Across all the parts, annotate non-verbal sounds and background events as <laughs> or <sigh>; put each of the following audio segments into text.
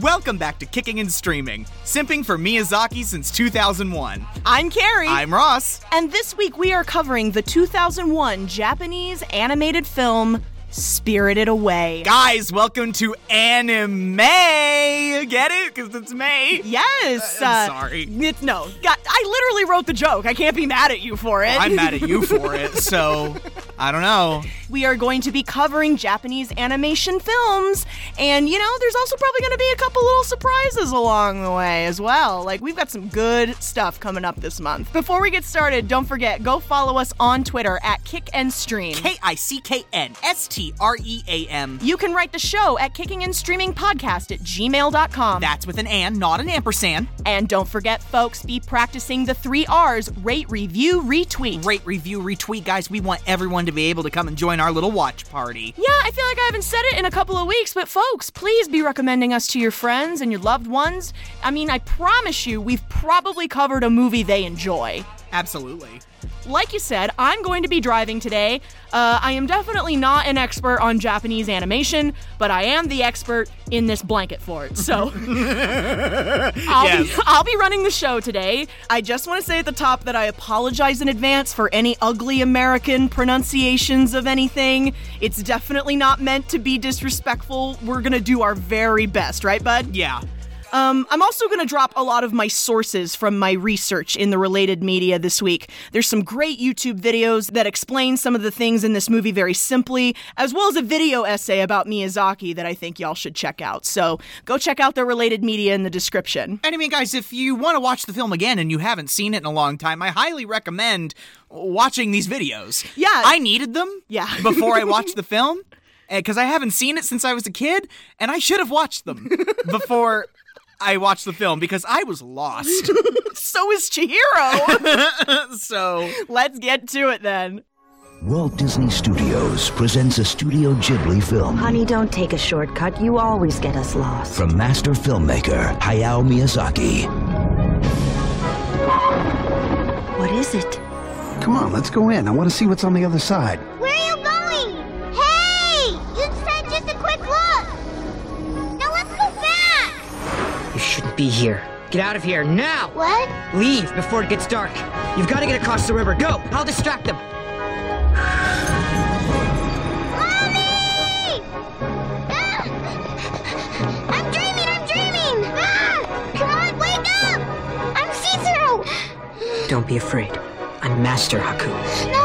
Welcome back to Kicking and Streaming, simping for Miyazaki since 2001. I'm Carrie. I'm Ross. and this week we are covering the 2001 Japanese animated film Spirited Away. Guys, welcome to anime. Get it? Because it's May. Yes. Uh, I'm sorry. It, no, God, I literally wrote the joke. I can't be mad at you for it. I'm mad at you for it, so I don't know. we are going to be covering Japanese animation films, and you know, there's also probably going to be a couple little surprises along the way as well. Like, we've got some good stuff coming up this month. Before we get started, don't forget go follow us on Twitter at Kick and Stream. K I C K N S T R E A M. you can write the show at kicking and streaming podcast at gmail.com. That's with an and, not an ampersand. and don't forget, folks, be practicing the three R's rate, review, retweet. Rate, review, retweet, guys. We want everyone to be able to come and join our little watch party. Yeah, I feel like I haven't said it in a couple of weeks, but folks, please be recommending us to your friends and your loved ones. I mean, I promise you, we've probably covered a movie they enjoy. Absolutely. Like you said, I'm going to be driving today. Uh, I am definitely not an expert on Japanese animation, but I am the expert in this blanket fort. So I'll, be, I'll be running the show today. I just want to say at the top that I apologize in advance for any ugly American pronunciations of anything. It's definitely not meant to be disrespectful. We're going to do our very best, right, bud? Yeah. Um, I'm also going to drop a lot of my sources from my research in the related media this week. There's some great YouTube videos that explain some of the things in this movie very simply, as well as a video essay about Miyazaki that I think y'all should check out. So go check out the related media in the description. <laughs> And I mean, guys, if you want to watch the film again and you haven't seen it in a long time, I highly recommend watching these videos. Yeah. I needed them. Yeah. <laughs> before I watched the film, because I haven't seen it since I was a kid, and I should have watched <laughs> them before I watched the film because I was <laughs> lost. So is Chihiro. <laughs> so Let's get to it then. Walt Disney Studios presents a Studio Ghibli film Honey, don't take a shortcut. You always get us lost. from master filmmaker Hayao Miyazaki. What is it? Come on, let's go in. I want to see what's on the other side. Where are you going? Hey! You said just a quick look! Now let's go back! You shouldn't be here. Get out of here now! What? Leave before it gets dark. You've got to get across the river. Go! I'll distract them. Mommy! Ah! I'm dreaming, I'm dreaming! Ah! God, wake up! I'm see-through! Don't be afraid. I'm Master Haku. No!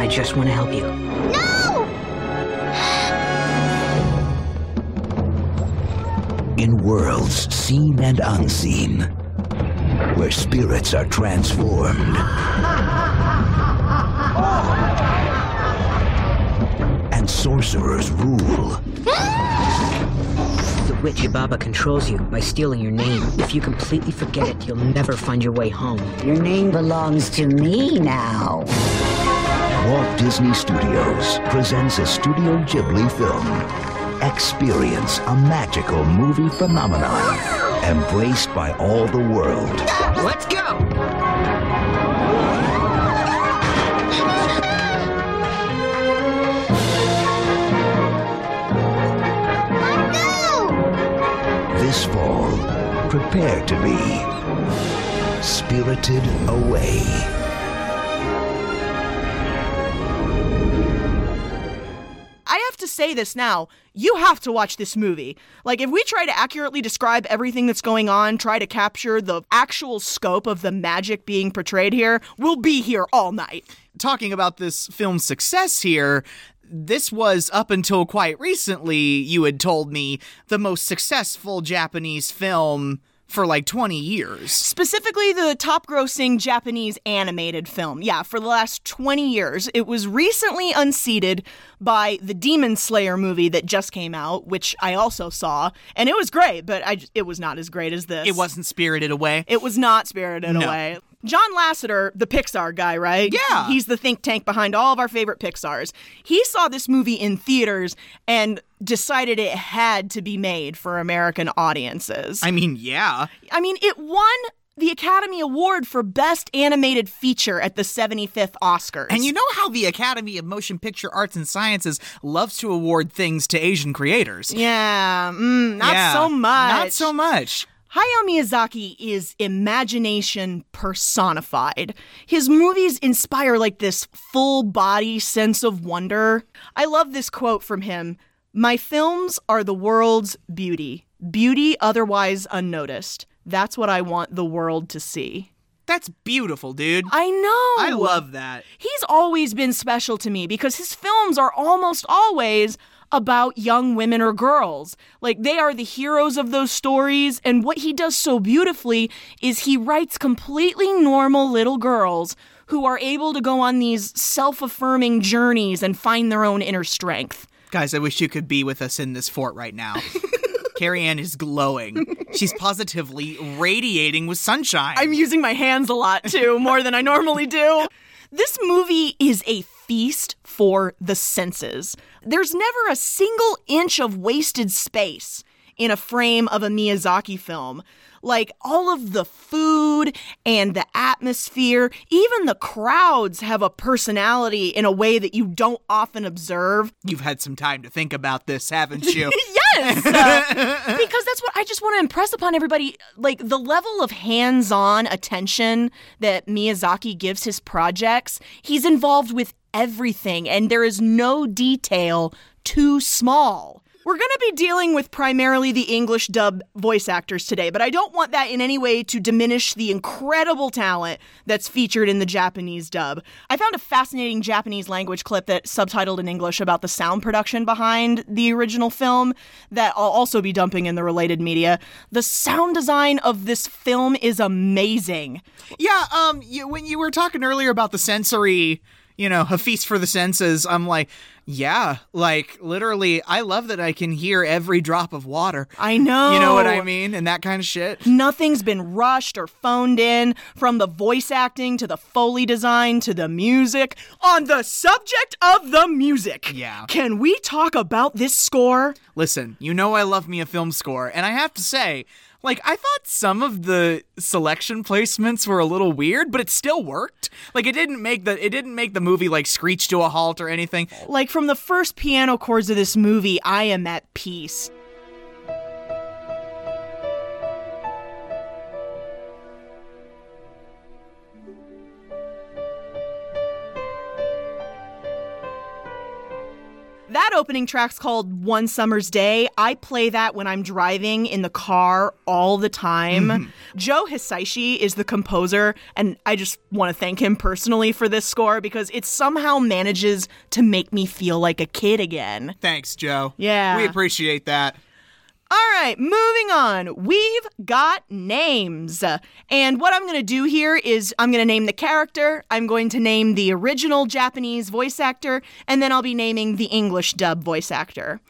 I just want to help you. No! In worlds seen and unseen, where spirits are transformed and sorcerers rule, The witch Ibaba controls you by stealing your name. If you completely forget it, you'll never find your way home. Your name belongs to me now. Walt Disney Studios presents a Studio Ghibli film. Experience a magical movie phenomenon embraced by all the world. Let's go! Let go! This fall, prepare to be spirited away. I have to say this now. You have to watch this movie. Like, if we try to accurately describe everything that's going on, try to capture the actual scope of the magic being portrayed here, we'll be here all night. talking about this film's success here, this was up until quite recently, you had told me, the most successful Japanese film for like 20 years. Specifically, the top grossing Japanese animated film. Yeah, for the last 20 years. It was recently unseated by the Demon Slayer movie that just came out, which I also saw, and it was great, but I, j- it was not as great as this. It wasn't spirited away. It was not Spirited No. Away. John Lasseter, the Pixar guy, right? Yeah. He's the think tank behind all of our favorite Pixars. He saw this movie in theaters and decided it had to be made for American audiences. I mean, yeah. I mean, it won the Academy Award for Best Animated Feature at the 75th Oscars. And you know how the Academy of Motion Picture Arts and Sciences loves to award things to Asian creators. yeah, mm, not Yeah. so much. Not so much. Hayao Miyazaki is imagination personified. His movies inspire like this full body sense of wonder. I love this quote from him My films are the world's beauty, beauty otherwise unnoticed. That's what I want the world to see. That's beautiful, dude. I know. I love that. He's always been special to me because his films are almost always about young women or girls. Like they are the heroes of those stories. And what he does so beautifully is he writes completely normal little girls who are able to go on these self affirming journeys and find their own inner strength. Guys, I wish you could be with us in this fort right <laughs> now. Carrie Ann is glowing. She's positively radiating with sunshine. I'm using my hands a lot too, more than I normally do. This movie is a feast for the senses. There's never a single inch of wasted space in a frame of a Miyazaki film. Like all of the food and the atmosphere, even the crowds have a personality in a way that you don't often observe. You've had some time to think about this, haven't you? Yes! Uh, because that's what I just want to impress upon everybody. Like the level of hands on attention that Miyazaki gives his projects, he's involved with everything, and there is no detail too small. We're going to be dealing with primarily the English dub voice actors today, but I don't want that in any way to diminish the incredible talent that's featured in the Japanese dub. I found a fascinating Japanese language clip that subtitled in English about the sound production behind the original film that I'll also be dumping in the related media. The sound design of this film is amazing. yeah, um, you, when you were talking earlier about the sensory, you know, a feast for the senses, I'm like, yeah, like literally, I love that I can hear every drop of water. I know. You know what I mean? And that kind of shit. Nothing's been rushed or phoned in, from the voice acting to the Foley design to the music. On the subject of the music, Yeah. can we talk about this score? Listen, you know I love me a film score, and I have to say, like I thought some of the selection placements were a little weird, but it still worked. Like it didn't make the it didn't make the movie like screech to a halt or anything. Like, from the first piano chords of this movie, I am at peace. That opening track's called One Summer's Day. I play that when I'm driving in the car all the time. Joe Hisaishi is the composer, and I just want to thank him personally for this score because it somehow manages to make me feel like a kid again. Thanks, Joe. Yeah. We appreciate that. All right, moving on. We've got names. And what I'm going to do here is I'm going to name the character, I'm going to name the original Japanese voice actor, and then I'll be naming the English dub voice actor.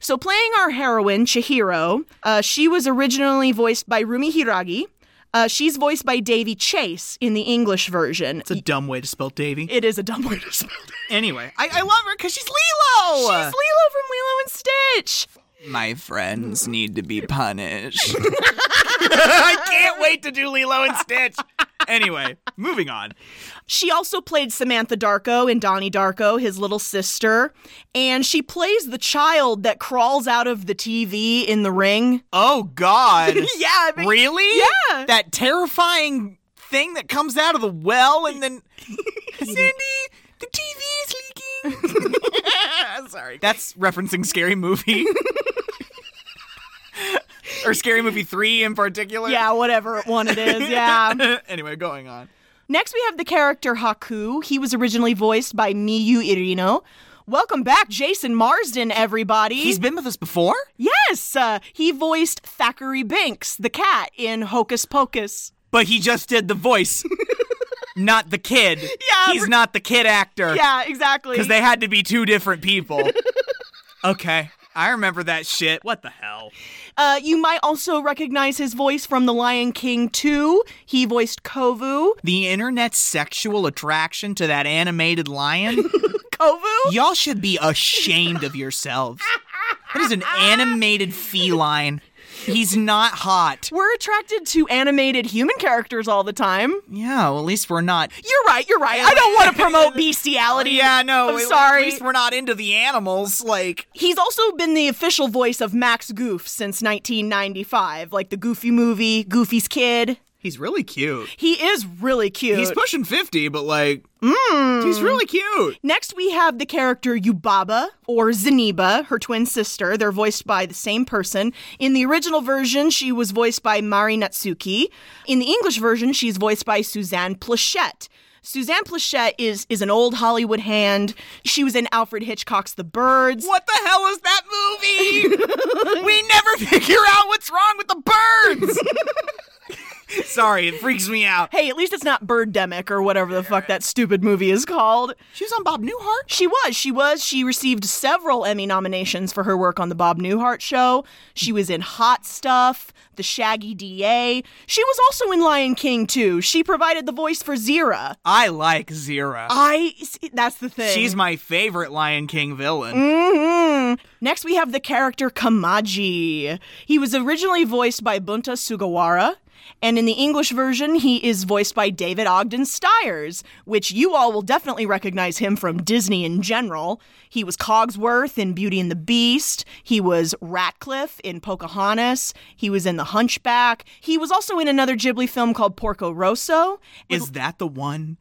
So, playing our heroine, Chihiro, uh, she was originally voiced by Rumi Hiragi. Uh, she's voiced by Davy Chase in the English version. It's a dumb way to spell Davy. It is a dumb <laughs> way <laughs> to spell it. anyway, I, I love her because she's Lilo. She's Lilo from Lilo and Stitch. My friends need to be <laughs> punished. I can't wait to do Lilo and Stitch. Anyway, moving on. She also played Samantha Darko in Donnie Darko, his little sister, and she plays the child that crawls out of the TV in the ring. Oh <laughs> God. Yeah, I mean, Really? Yeah. That terrifying thing that comes out of the well and <laughs> then Cindy, the TV is leaking. <laughs> Sorry. That's referencing Scary <laughs> Movie. or Scary Movie 3 in particular. yeah, whatever one <laughs> it is. Yeah. anyway, going on. Next, we have the character Haku. He was originally voiced by Miyu Irino. Welcome back, Jason Marsden, everybody. He's been with us before? yes, uh, he voiced Thackeray Binks, the cat, in Hocus Pocus. But he just did the <laughs> voice. not the kid. Yeah, He's we're- not the kid actor. Yeah, exactly. Because they had to be two different <laughs> people. okay. I remember that shit. What the hell? Uh, you might also recognize his voice from The Lion King 2. He voiced Kovu. the internet's sexual attraction to that animated <laughs> lion, Kovu? y'all should be ashamed of yourselves. That is an animated feline. He's not hot. We're attracted to animated human characters all the time. Yeah, well, at least we're not. You're right. You're right. I don't want <laughs> to promote bestiality. Yeah, no. I'm at- sorry. At least we're not into the animals. Like, He's also been the official voice of Max Goof since 1995, like the Goofy movie, Goofy's Kid. he's really cute. He is really cute. He's pushing 50, but like, mm, he's really cute. Next, we have the character Yubaba or Zeniba, her twin sister. They're voiced by the same person. In the original version, she was voiced by Mari Natsuki. In the English version, she's voiced by Suzanne Plachette. Suzanne Plachette is is an old Hollywood hand. She was in Alfred Hitchcock's The Birds. What the hell is that <laughs> movie? we never figure out what's wrong with the birds. <laughs> Sorry, it freaks me out. Hey, at least it's not Birdemic or whatever the fuck that stupid movie is called. She was on Bob Newhart. She was. She was. She received several Emmy nominations for her work on The Bob Newhart Show. She was in Hot Stuff, The Shaggy DA. She was also in Lion King, too. She provided the voice for Zira. I like Zira. I. see, That's the thing. She's my favorite Lion King villain. Mhm. Next, we have the character Kamaji. He was originally voiced by Bunta Sugawara, and in the English version, he is voiced by David Ogden Stiers, which you all will definitely recognize him from Disney in general. He was Cogsworth in Beauty and the Beast, he was Ratcliffe in Pocahontas, he was in The Hunchback, he was also in another Ghibli film called Porco Rosso. Is that the one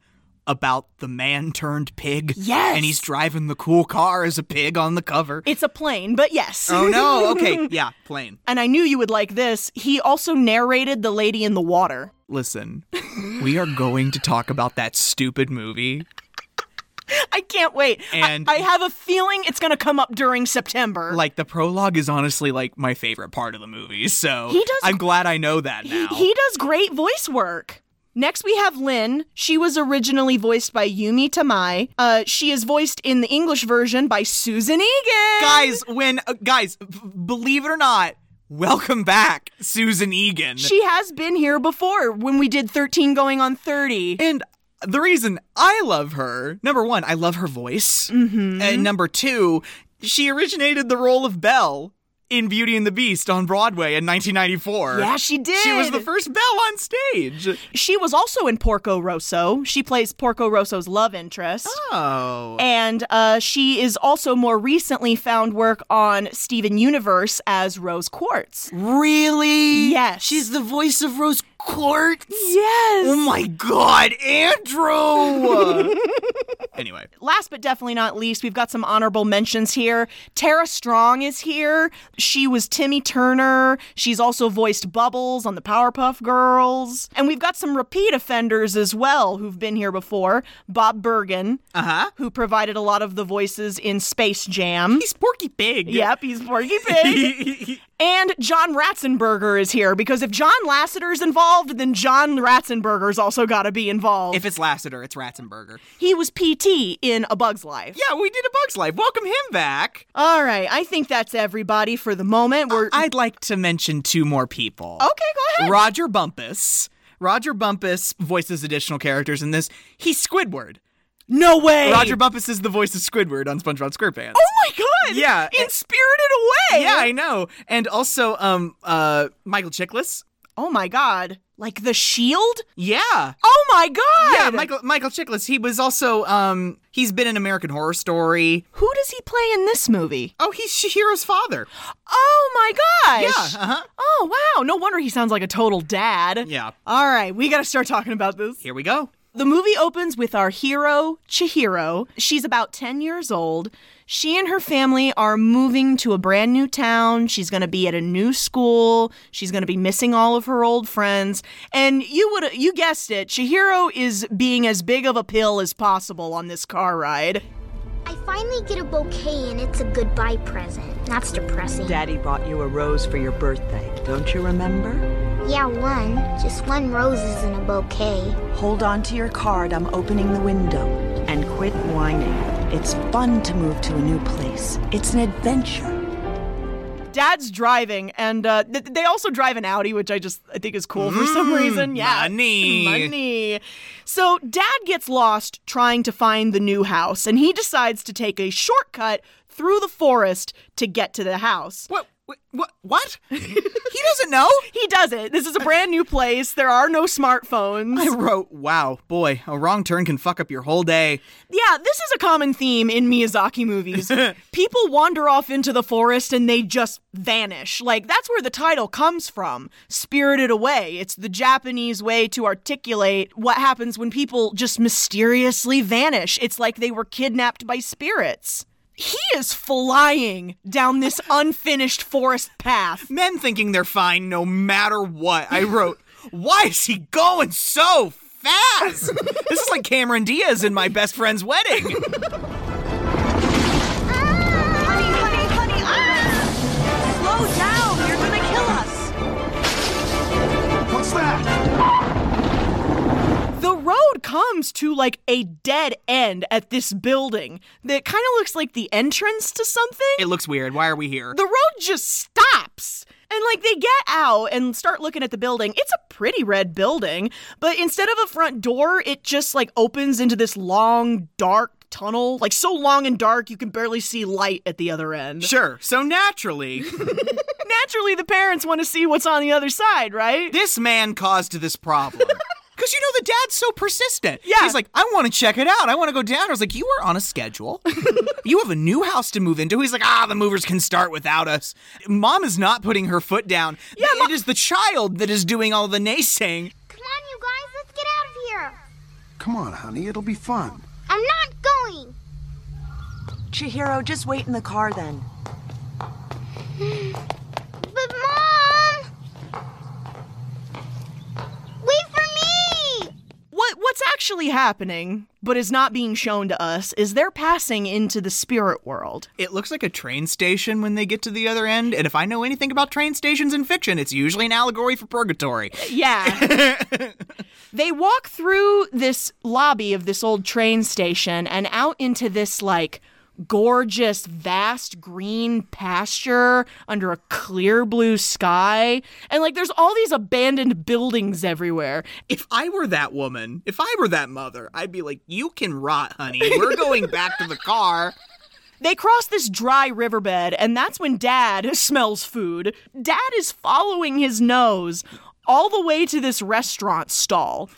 about the man turned pig? Yes. And he's driving the cool car as a pig on the cover. It's a plane, but yes. oh no, <laughs> okay. Yeah, plain. <laughs> and I knew you would like this. He also narrated The Lady in the Water. Listen, we are going to talk about that stupid movie. I can't wait. I- And- I, have a feeling it's going to come up during September. Like the prologue is honestly like my favorite part of the movie, so He does- I'm glad I know that he, now. he does great voice work. Next, we have Lynn. She was originally voiced by Yumi Tamai. Uh, she is voiced in the English version by Susan Egan. guys, when uh, guys, b- believe it or not, welcome back, Susan Egan. She has been here before when we did 13 going on 30. And the reason I love her, number one, I love her voice. Mm-hmm. And number two, she originated the role of Belle in Beauty and the Beast on Broadway in 1994. yeah, she did. She was the first Belle on stage. She was also in Porco Rosso. She plays Porco Rosso's love interest. Oh. And uh, she is also more recently found work on Steven Universe as Rose Quartz. Really? Yes. She's the voice of Rose Quartz? Yes. Oh my god, Andrew! <laughs> anyway. Last but definitely not least, we've got some honorable mentions here. Tara Strong is here. She was Timmy Turner. She's also voiced Bubbles on the Powerpuff Girls. And we've got some repeat offenders as well who've been here before. Bob Bergen, Uh-huh. who provided a lot of the voices in Space Jam. He's Porky Pig. <laughs> Yep, he's Porky Pig. And John Ratzenberger is here because if John Lasseter's involved, then John Ratzenberger's also got to be involved. if it's Lassiter, it's Ratzenberger. he was PT in A Bug's Life. Yeah, we did a Bugs Life. Welcome him back. All right, I think that's everybody for the moment. We're I'd like to mention two more people. okay. Go ahead. Roger Bumpus. Roger Bumpus voices additional characters in this. He's Squidward. No way. Roger Bumpus is the voice of Squidward on SpongeBob SquarePants. Oh my god. Yeah, In it- Spirited Away. yeah, I know. And also, um, uh, Michael Chiklis. Oh my god. Like the Shield. Yeah. Oh my god. Yeah, Michael Michael Chiklis. He was also um he's been in American Horror Story. Who does he play in this movie? Oh, he's Shihiro's father. Oh my Yeah, gosh. uh-huh. Oh wow. No wonder he sounds like a total dad. Yeah. All right, we got to start talking about this. Here we go. The movie opens with our hero, Chihiro. She's about 10 years old. She and her family are moving to a brand new town. She's going to be at a new school. She's going to be missing all of her old friends. And you would you guessed it, Chihiro is being as big of a pill as possible on this car ride. I finally get a bouquet and it's a goodbye present. That's depressing. Daddy bought you a rose for your birthday. Don't you remember? Yeah, one. Just one rose isn't a bouquet. Hold on to your card. I'm opening the window. And quit whining. It's fun to move to a new place. It's an adventure. Dad's driving and uh, th- they also drive an Audi, which I just I think is cool for some reason. Yeah. money. <laughs> Money. So dad gets lost trying to find the new house, and he decides to take a shortcut through the forest to get to the house. What, what What? What? he doesn't know. He does it. This is a brand new place. There are no smartphones. I wrote, wow, boy, a wrong turn can fuck up your whole day. Yeah, this is a common theme in Miyazaki movies. People wander off into the forest and they just vanish. Like, that's where the title comes from Spirited Away. It's the Japanese way to articulate what happens when people just mysteriously vanish. It's like they were kidnapped by spirits. He is flying down this unfinished forest path. Men thinking they're fine no matter what. I wrote, why is he going so fast? this is like Cameron Diaz in my best friend's wedding. Honey, honey, honey! Slow down! You're gonna kill us! What's that? The road comes to like a dead end at this building that kind of looks like the entrance to something. it looks weird. Why are we here? the road just stops. And like they get out and start looking at the building. It's a pretty red building, but instead of a front door, it just like opens into this long, dark tunnel. Like so long and dark, you can barely see light at the other end. Sure. So naturally, Naturally, the parents want to see what's on the other side, right? this man caused this problem. Because you know the dad's so persistent. Yeah. He's like, I want to check it out. I want to go down. I was like, you are on a schedule. you have a new house to move into. He's like, ah, the movers can start without us. Mom is not putting her foot down. Yeah, it is the child that is doing all the naysaying. Come on, you guys, let's get out of here. Come on, honey. It'll be fun. I'm not going. Chihiro, just wait in the car then. But, Mom! Wait for me! What what's actually happening, but is not being shown to us, is they're passing into the spirit world. It looks like a train station when they get to the other end. And if I know anything about train stations in fiction, it's usually an allegory for purgatory. Yeah. they walk through this lobby of this old train station and out into this like gorgeous vast green pasture under a clear blue sky and like there's all these abandoned buildings everywhere If I were that woman, if I were that mother, I'd be like, you can rot, honey. We're going back to the car. they cross this dry riverbed and that's when dad <laughs> smells food dad is following his nose all the way to this restaurant stall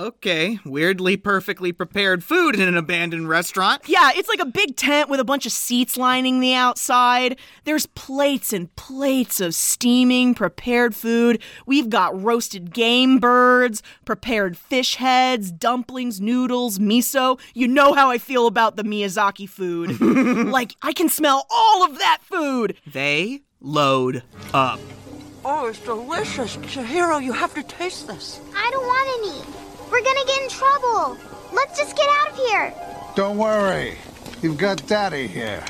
Okay, weirdly perfectly prepared food in an abandoned restaurant. Yeah, it's like a big tent with a bunch of seats lining the outside. There's plates and plates of steaming, prepared food. We've got roasted game birds, prepared fish heads, dumplings, noodles, miso. You know how I feel about the Miyazaki food. like, I can smell all of that food. They load up. Oh, it's delicious. Chihiro, you have to taste this. I don't want any. We're gonna get in trouble. Let's just get out of here. Don't worry. You've got Daddy here.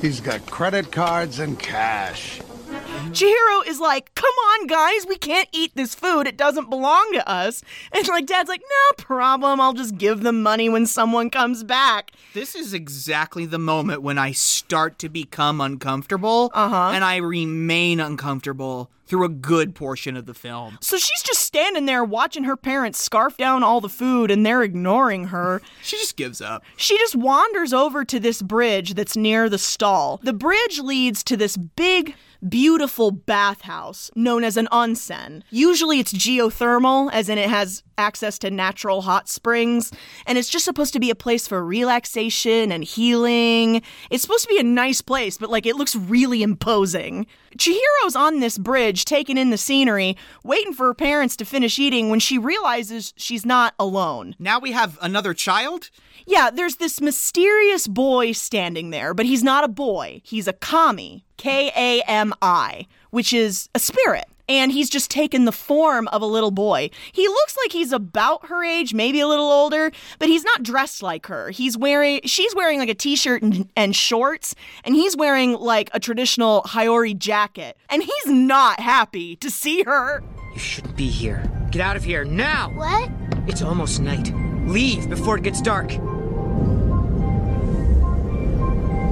He's got credit cards and cash. Chihiro is like, come on, guys, we can't eat this food. It doesn't belong to us. And like, dad's like, no problem. I'll just give them money when someone comes back. This is exactly the moment when I start to become uncomfortable, uh-huh. and I remain uncomfortable through a good portion of the film. So she's just standing there watching her parents scarf down all the food and they're ignoring her. She just gives up. She just wanders over to this bridge that's near the stall. The bridge leads to this big, beautiful bathhouse known as an onsen. Usually it's geothermal, as in it has access to natural hot springs, and it's just supposed to be a place for relaxation and healing. It's supposed to be a nice place, but like it looks really imposing. Chihiro's on this bridge taking in the scenery, waiting for her parents to finish eating when she realizes she's not alone. Now we have another child? Yeah, there's this mysterious boy standing there, but he's not a boy. He's a kami, K A M I, which is a spirit. And he's just taken the form of a little boy. He looks like he's about her age, maybe a little older, but he's not dressed like her. He's wearing, she's wearing like a t shirt and, and shorts, and he's wearing like a traditional Hayori jacket. And he's not happy to see her. You shouldn't be here. Get out of here now! What? It's almost night. Leave before it gets dark.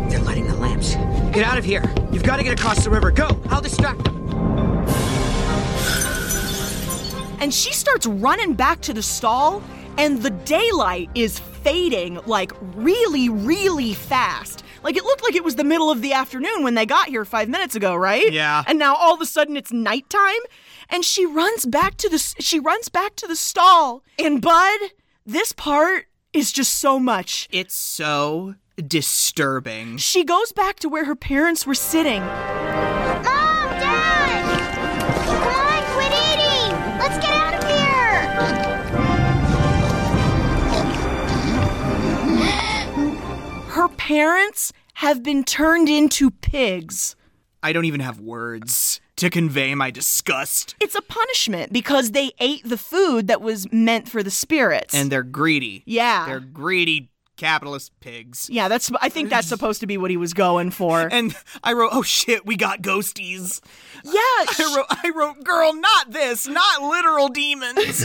They're lighting the lamps. Get out of here. You've got to get across the river. Go. I'll distract them. and she starts running back to the stall and the daylight is fading like really really fast Like it looked like it was the middle of the afternoon when they got here five minutes ago, right? Yeah. And now all of a sudden it's nighttime, and she runs back to the s- she runs back to the stall. And Bud, this part is just so much. It's so disturbing. She goes back to where her parents were sitting. Mom, Dad! Ron, quit eating! Let's get out of here! Her parents have been turned into pigs. I don't even have words to convey my disgust. It's a punishment because they ate the food that was meant for the spirits. And they're greedy. yeah. They're greedy capitalist pigs. Yeah, that's. I think that's supposed to be what he was going for. And I wrote, oh shit, we got ghosties. yeah, I wrote, I wrote, girl, not this, not literal demons.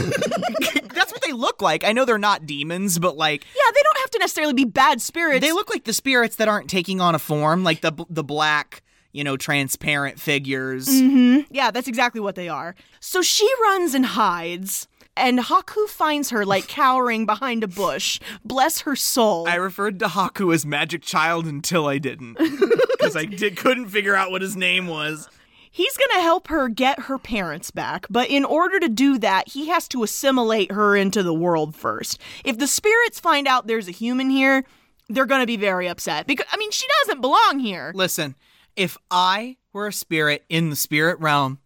That's what they look like. I know they're not demons, but like yeah. They don't have to necessarily be bad spirits. they look like the spirits that aren't taking on a form, like the the black, you know, transparent figures. Yeah, that's exactly what they are. So she runs and hides, and Haku finds her like cowering behind a bush. Bless her soul. I referred to Haku as Magic Child until I didn't, because I did, couldn't figure out what his name was. He's going to help her get her parents back, but in order to do that, he has to assimilate her into the world first. If the spirits find out there's a human here, they're going to be very upset because I mean, she doesn't belong here. Listen, if I were a spirit in the spirit realm,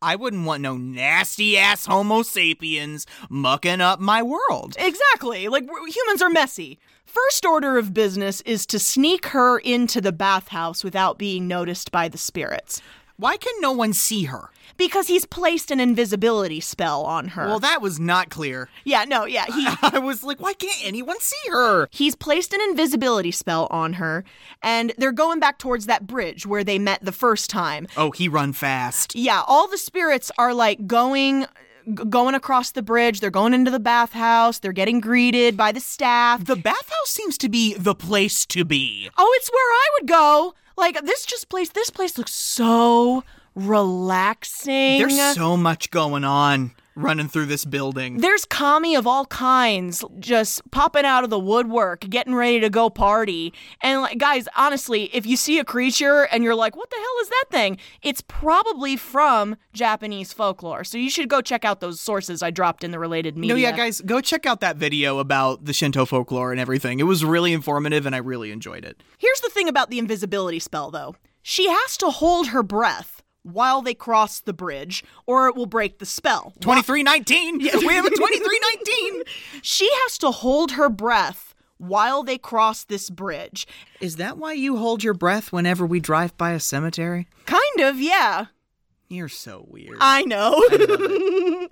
I wouldn't want no nasty ass Homo sapiens mucking up my world. Exactly. Like we're- humans are messy. First order of business is to sneak her into the bathhouse without being noticed by the spirits Why can no one see her? because he's placed an invisibility spell on her. Well, that was not clear. <laughs> yeah, no, yeah, he I was like, why can't anyone see her? he's placed an invisibility spell on her and they're going back towards that bridge where they met the first time. Oh, he run fast. Yeah, all the spirits are like going g- going across the bridge, they're going into the bathhouse, they're getting greeted by the staff. The bathhouse seems to be the place to be. oh, it's where I would go. Like this just place this place looks so relaxing. There's so much going on running through this building. There's kami of all kinds just popping out of the woodwork, getting ready to go party. And like guys, honestly, if you see a creature and you're like, "What the hell is that thing?" It's probably from Japanese folklore. So you should go check out those sources I dropped in the related media. No, yeah, guys, go check out that video about the Shinto folklore and everything. It was really informative and I really enjoyed it. Here's the thing about the invisibility spell, though she has to hold her breath while they cross the bridge, or it will break the spell. <laughs> 2319! Yeah, <laughs> we have a 2319! She has to hold her breath while they cross this bridge. Is that why you hold your breath whenever we drive by a cemetery? Kind of, yeah. You're so weird. I know. <laughs>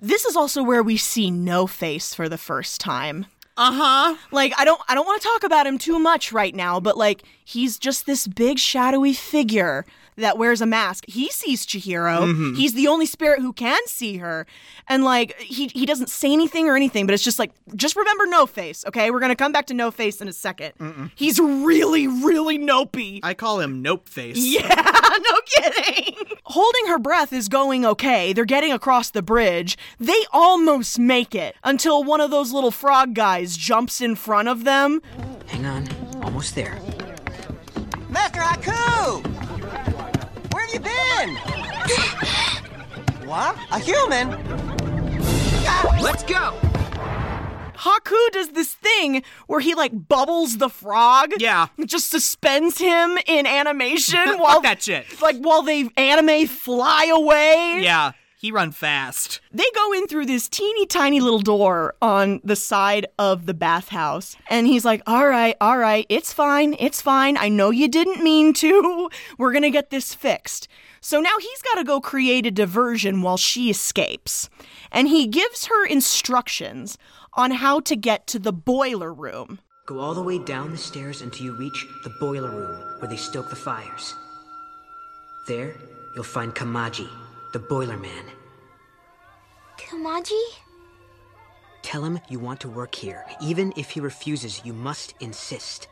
this is also where we see No Face for the first time. Uh huh. Like I don't I don't want to talk about him too much right now, but like he's just this big shadowy figure that wears a mask. He sees Chihiro. He's the only spirit who can see her. And like he he doesn't say anything or anything, but it's just like just remember No Face, okay? We're going to come back to No Face in a 2nd He's really really nopey. I call him Nope Face. <laughs> <laughs> Yeah, no kidding. Holding her breath is going okay. They're getting across the bridge. They almost make it until one of those little frog guys jumps in front of them. Hang on, almost there. Master Haku! Where have you been? <laughs> what? A human? Ah, let's go! Haku does this thing where he like bubbles the frog. Yeah. Just suspends him in animation <laughs> while Fuck that shit. Like while they anime fly away. Yeah, he run fast. They go in through this teeny tiny little door on the side of the bathhouse. And he's like, All right, all right, it's fine, it's fine. I know you didn't mean to. <laughs> We're going to get this fixed. So now he's got to go create a diversion while she escapes. And he gives her instructions on how to get to the boiler room. Go all the way down the stairs until you reach the boiler room where they stoke the fires. There, you'll find Kamaji, the boiler man. Kamaji? Tell him you want to work here. Even if he refuses, you must insist.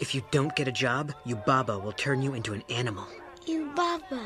If you don't get a job, Yubaba will turn you into an animal. Yubaba.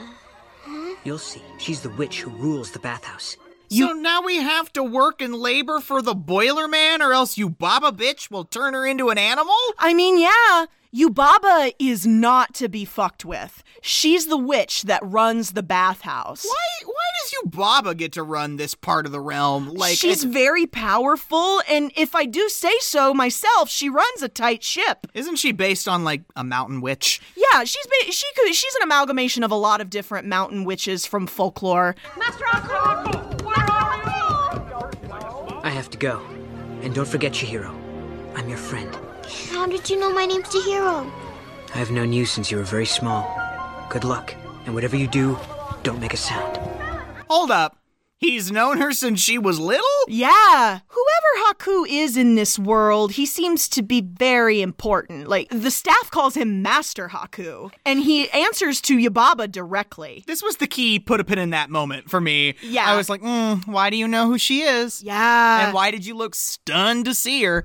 You'll see. She's the witch who rules the bathhouse. so now we have to work and labor for the boiler man, or else you baba bitch will turn her into an animal? I mean, yeah, Yubaba is not to be fucked with. She's the witch that runs the bathhouse. Why? Why does Yubaba get to run this part of the realm? Like She's it- very powerful, and if I do say so myself, she runs a tight ship. isn't she based on like a mountain witch? Yeah, she's ba- she could she's an amalgamation of a lot of different mountain witches from folklore. Master Akaraku, where are I have to go. And don't forget, Chihiro. I'm your friend. you? How did you know my name's Jihiro? I have known you since you were very small. Good luck, and whatever you do, don't make a sound. Hold up. He's known her since she was little? Yeah, whoever Haku is in this world, he seems to be very important. Like the staff calls him Master Haku, and he answers to Yubaba directly. This was the key put a pin in that moment for me. Yeah. I was like, mm, why do you know who she is? Yeah. And why did you look stunned to see her?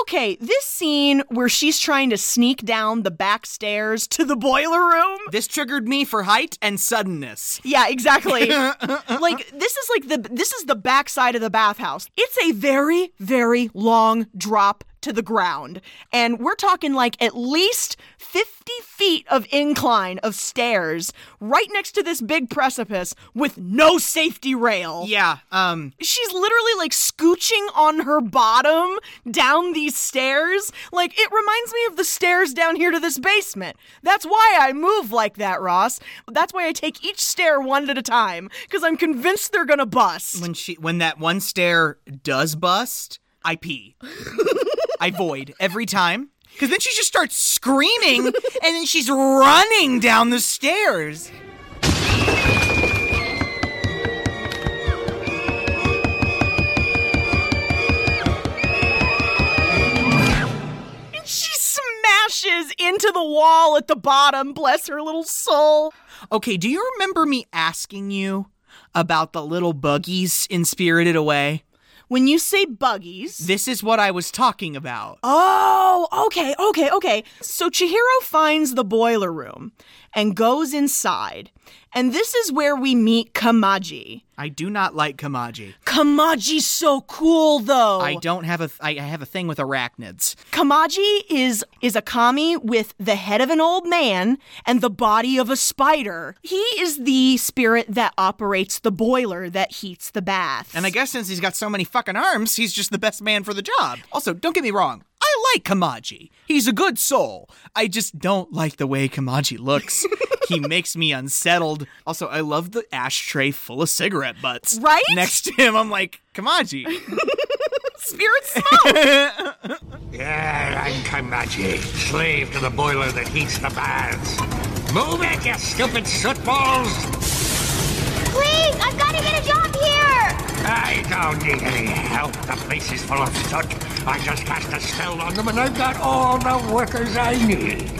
Okay, this scene where she's trying to sneak down the back stairs to the boiler room. This triggered me for height and suddenness. Yeah, exactly. like this is like the this is the backside of the bathhouse. It's a very very long drop to the ground, and we're talking like at least fifty feet of incline of stairs right next to this big precipice with no safety rail. Yeah, um, She's literally like scooching on her bottom down these stairs. Like, it reminds me of the stairs down here to this basement. That's why I move like that, Ross. That's why I take each stair one at a time, because I'm convinced they're gonna bust. when she when that one stair does bust, I pee. I void every time. Cause then she just starts screaming and then she's running down the stairs. And she smashes into the wall at the bottom, bless her little soul. Okay, do you remember me asking you about the little buggies in Spirited Away? When you say buggies, This is what I was talking about. Oh, okay, okay, okay. So Chihiro finds the boiler room and goes inside. And this is where we meet Kamaji. I do not like Kamaji. Kamaji's so cool though. I don't have a th- I I have a thing with arachnids. Kamaji is is a kami with the head of an old man and the body of a spider. He is the spirit that operates the boiler that heats the bath. And I guess since he's got so many fucking arms, he's just the best man for the job. Also, don't get me wrong. I like Kamaji. He's a good soul. I just don't like the way Kamaji looks. he makes me unsettled. Also, I love the ashtray full of cigarette butts. Right? Next to him, I'm like, Kamaji. spirit smoke. Yeah, I'm Kamachi, slave to the boiler that heats the baths. Move it, you stupid soot balls! Please, I've got to get a job here. I don't need any help. The place is full of soot. I just cast a spell on them and I've got all the workers I need.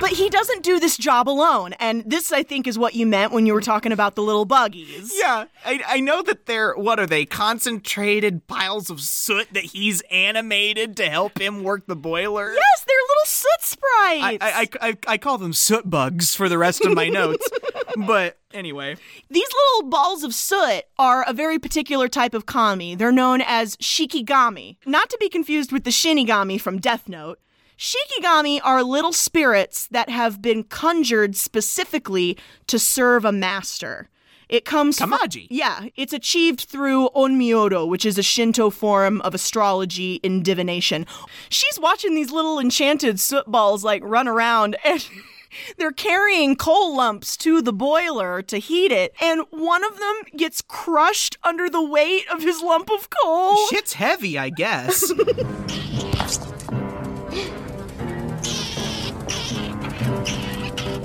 But he doesn't do this job alone. And this, I think, is what you meant when you were talking about the little buggies. yeah, I, I know that they're, what are they, concentrated piles of soot that he's animated to help him work the boiler? Yes, they're little soot I, sprites. I, I, I- I call them soot bugs for the rest of my notes. but anyway. These little balls of soot are a very particular type of kami. They're known as shikigami, not to be confused with the shinigami from Death Note. Shikigami are little spirits that have been conjured specifically to serve a master. It comes from- Kamaji. yeah, it's achieved through onmyodo, which is a Shinto form of astrology and divination. She's watching these little enchanted soot balls like run around <laughs> and they're carrying coal lumps to the boiler to heat it and one of them gets crushed under the weight of his lump of coal. Shit's heavy, I guess.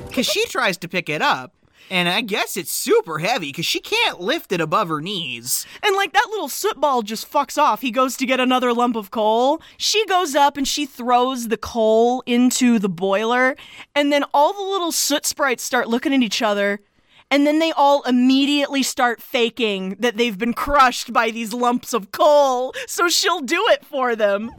Because she tries to pick it up, and I guess it's super heavy because she can't lift it above her knees. And like that little soot ball just fucks off. He goes to get another lump of coal. She goes up and she throws the coal into the boiler. And then all the little soot sprites start looking at each other. And then they all immediately start faking that they've been crushed by these lumps of coal. So she'll do it for them.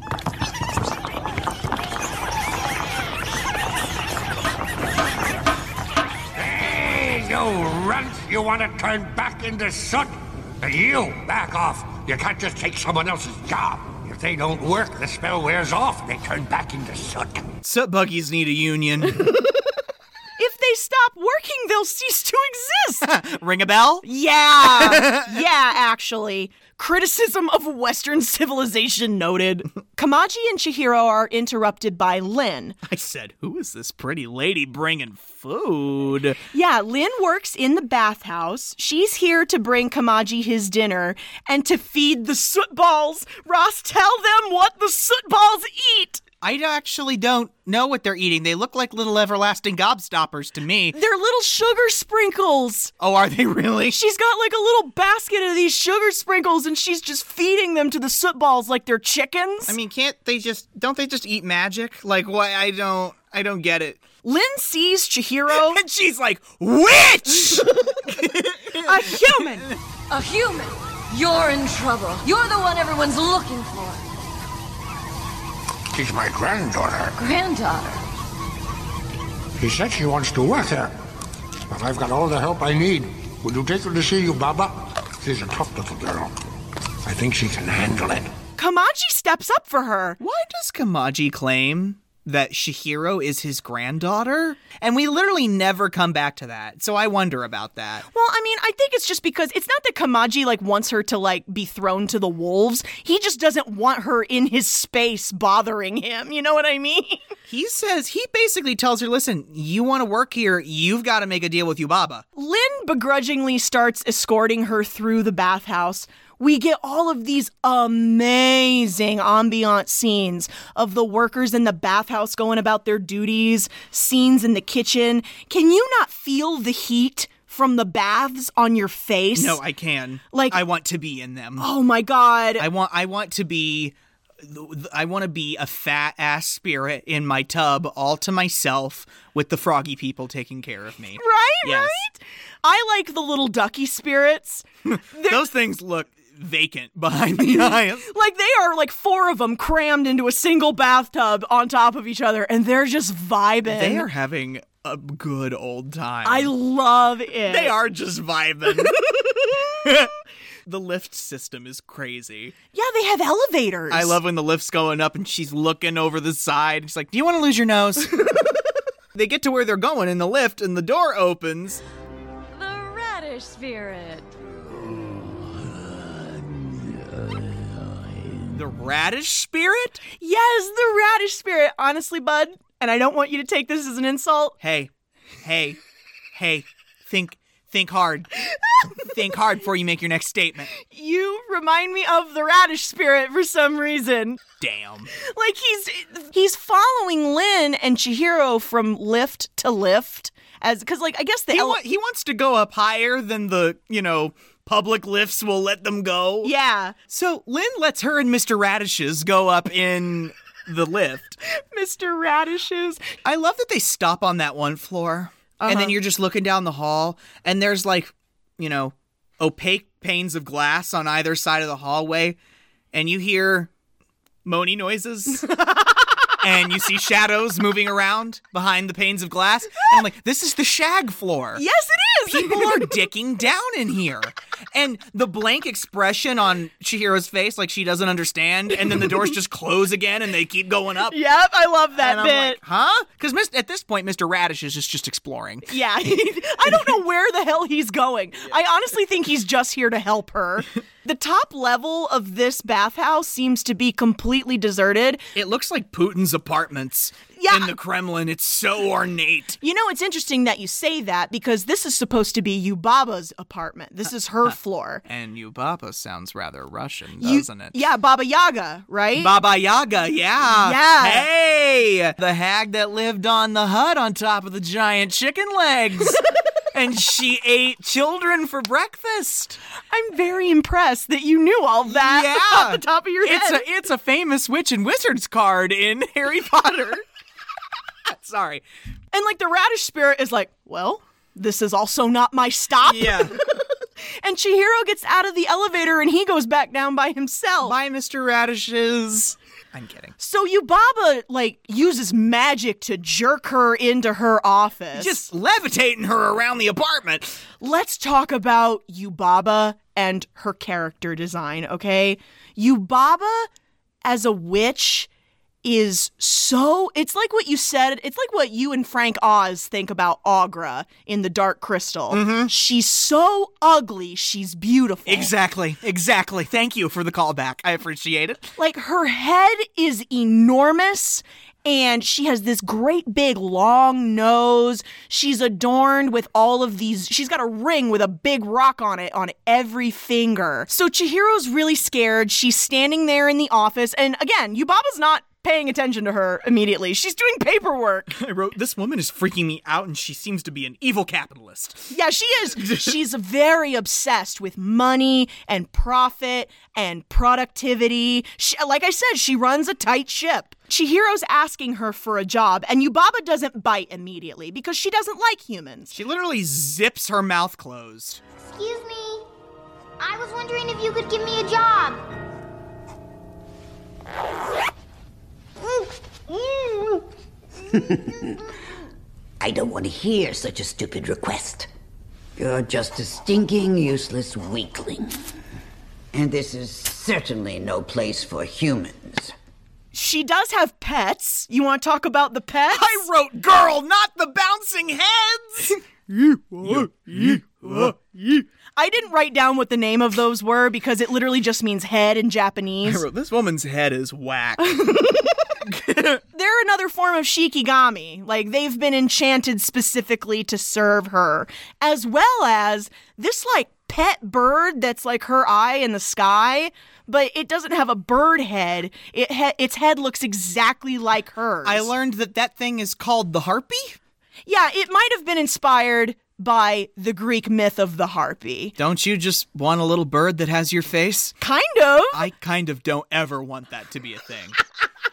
Hey, you runt! You want to turn back into soot? You back off! You can't just take someone else's job. You have they don't work, the spell wears off and they turn back into soot. Soot buggies need a <laughs> union. If they stop working, they'll cease to exist. Ring a bell? yeah. <laughs> Yeah, actually. Criticism of Western <laughs> civilization noted. Kamaji and Chihiro are interrupted by Lin. I said, who is this pretty lady bringing food? Yeah, Lin works in the bathhouse. She's here to bring Kamaji his dinner and to feed the soot balls. Ross, tell them what the soot balls eat. I actually don't know what they're eating. They look like little everlasting gobstoppers to me. They're little sugar sprinkles. Oh, are they really? She's got like a little basket of these sugar sprinkles and she's just feeding them to the soot balls like they're chickens. I mean, can't they just don't they just eat magic? Like why I don't I don't get it. Lynn sees Chihiro, And she's like, <laughs> "Witch!" a human. A human? You're in trouble. You're the one everyone's looking for. She's my granddaughter. Granddaughter. She said she wants to work there. But I've got all the help I need. Would you take her to see you, Baba? She's a tough little girl. I think she can handle it. Kamaji steps up for her. Why does Kamaji claim that Shihiro is his granddaughter? And we literally never come back to that. So I wonder about that. Well, I mean, I think it's just because it's not that Kamaji like wants her to like be thrown to the wolves. He just doesn't want her in his space bothering him. You know what I mean? <laughs> He says he basically tells her, "Listen, you want to work here, you've got to make a deal with Yubaba." Lynn begrudgingly starts escorting her through the bathhouse. We get all of these amazing ambient scenes of the workers in the bathhouse going about their duties, scenes in the kitchen. Can you not feel the heat from the baths on your face? No, I can. Like- I want to be in them. Oh my god. I want I want to be I want to be a fat ass spirit in my tub all to myself with the froggy people taking care of me. right? Yes. Right? I like the little ducky spirits. Those things look vacant behind <laughs> the eyes. Like they are like four of them crammed into a single bathtub on top of each other and they're just vibing. They are having a good old time. I love it. they are just <laughs> vibing. the lift system is crazy. Yeah, they have elevators. I love when the lift's going up and she's looking over the side. She's like, Do you want to lose your <laughs> nose? they get to where they're going in the lift and the door opens. The radish spirit. The radish spirit? Yes, the radish spirit. Honestly, bud, and I don't want you to take this as an insult. Hey, hey, hey, think think hard. think hard before you make your next statement. You remind me of the radish spirit for some reason. Damn. Like he's he's following Lynn and Chihiro from lift to lift as cuz like I guess the He, ele- wa- he wants to go up higher than the, you know, public lifts will let them go. Yeah, So Lynn lets her and Mr. Radishes go up in the lift. Mr. Radishes. I love that they stop on that one floor and then you're just looking down the hall and there's like, you know, opaque panes of glass on either side of the hallway and you hear moany noises and you see shadows moving around behind the panes of glass and I'm like, this is the shag floor. Yes, it is. <laughs> People are dicking down in here. And the blank expression on Chihiro's face, like she doesn't understand, and then the doors just close again and they keep going up. Yep, I love that And I'm bit. like, huh? Because at this point, Mr. Radish is just, just exploring. <laughs> Yeah, I don't know where the hell he's going. I honestly think he's just here to help her. The top level of this bathhouse seems to be completely deserted. It looks like Putin's apartments Yeah. in the Kremlin. It's so ornate. You know, it's interesting that you say that because this is supposed to be Yubaba's apartment. This is her floor. And Yubaba sounds rather Russian, You- doesn't it? Yeah, Baba Yaga, right? Baba Yaga, yeah. Yeah. Hey, the hag that lived on the hut on top of the giant chicken <laughs> legs. and she ate children for <laughs> breakfast. I'm very impressed that you knew all that <laughs> Yeah. off the top of your head. It's a, it's a famous witch and wizards card in <laughs> Harry Potter. Sorry. and like the radish spirit is like, well, this is also not my stop. Yeah. And Chihiro gets out of the elevator and he goes back down by himself. Bye, Mr. Radishes. I'm kidding. So Yubaba like uses magic to jerk her into her office. Just levitating her around the apartment. let's talk about Yubaba and her character design, okay? Yubaba as a witch is so it's like what you said it's like what you and Frank Oz think about Agra in the Dark Crystal. She's so ugly, she's beautiful. Mm-hmm. Exactly. Exactly. Thank you for the callback. I appreciate it. Like her head is enormous and she has this great big long nose. She's adorned with all of these. She's got a ring with a big rock on it on every finger. So Chihiro's really scared. She's standing there in the office and again, Yubaba's not paying attention to her immediately. She's doing paperwork. I wrote, This woman is freaking me out, and she seems to be an evil capitalist. Yeah, she is. She's very obsessed with money and profit and productivity. She, like I said, she runs a tight ship. Chihiro's asking her for a job, and Yubaba doesn't bite immediately because she doesn't like humans. She literally zips her mouth closed. Excuse me. I was wondering if you could give me a job. I don't want to hear such a stupid request. You're just a stinking, useless weakling. And this is certainly no place for humans. She does have pets. You want to talk about the pets? I wrote girl, not the bouncing <laughs> heads. I didn't write down what the name of those were because it literally just means head in I Japanese. wrote, This woman's head is whack. They're another form of shikigami. Like they've been enchanted specifically to serve her, as well as this like pet bird that's like her eye in the sky, but it doesn't have a bird head. It ha- its head looks exactly like hers. I <laughs> learned that that thing is called the harpy. Yeah, it might have been inspired by the Greek myth of the harpy. Don't you just want a little bird that has your face? Kind of. I kind of don't ever want that to be a thing.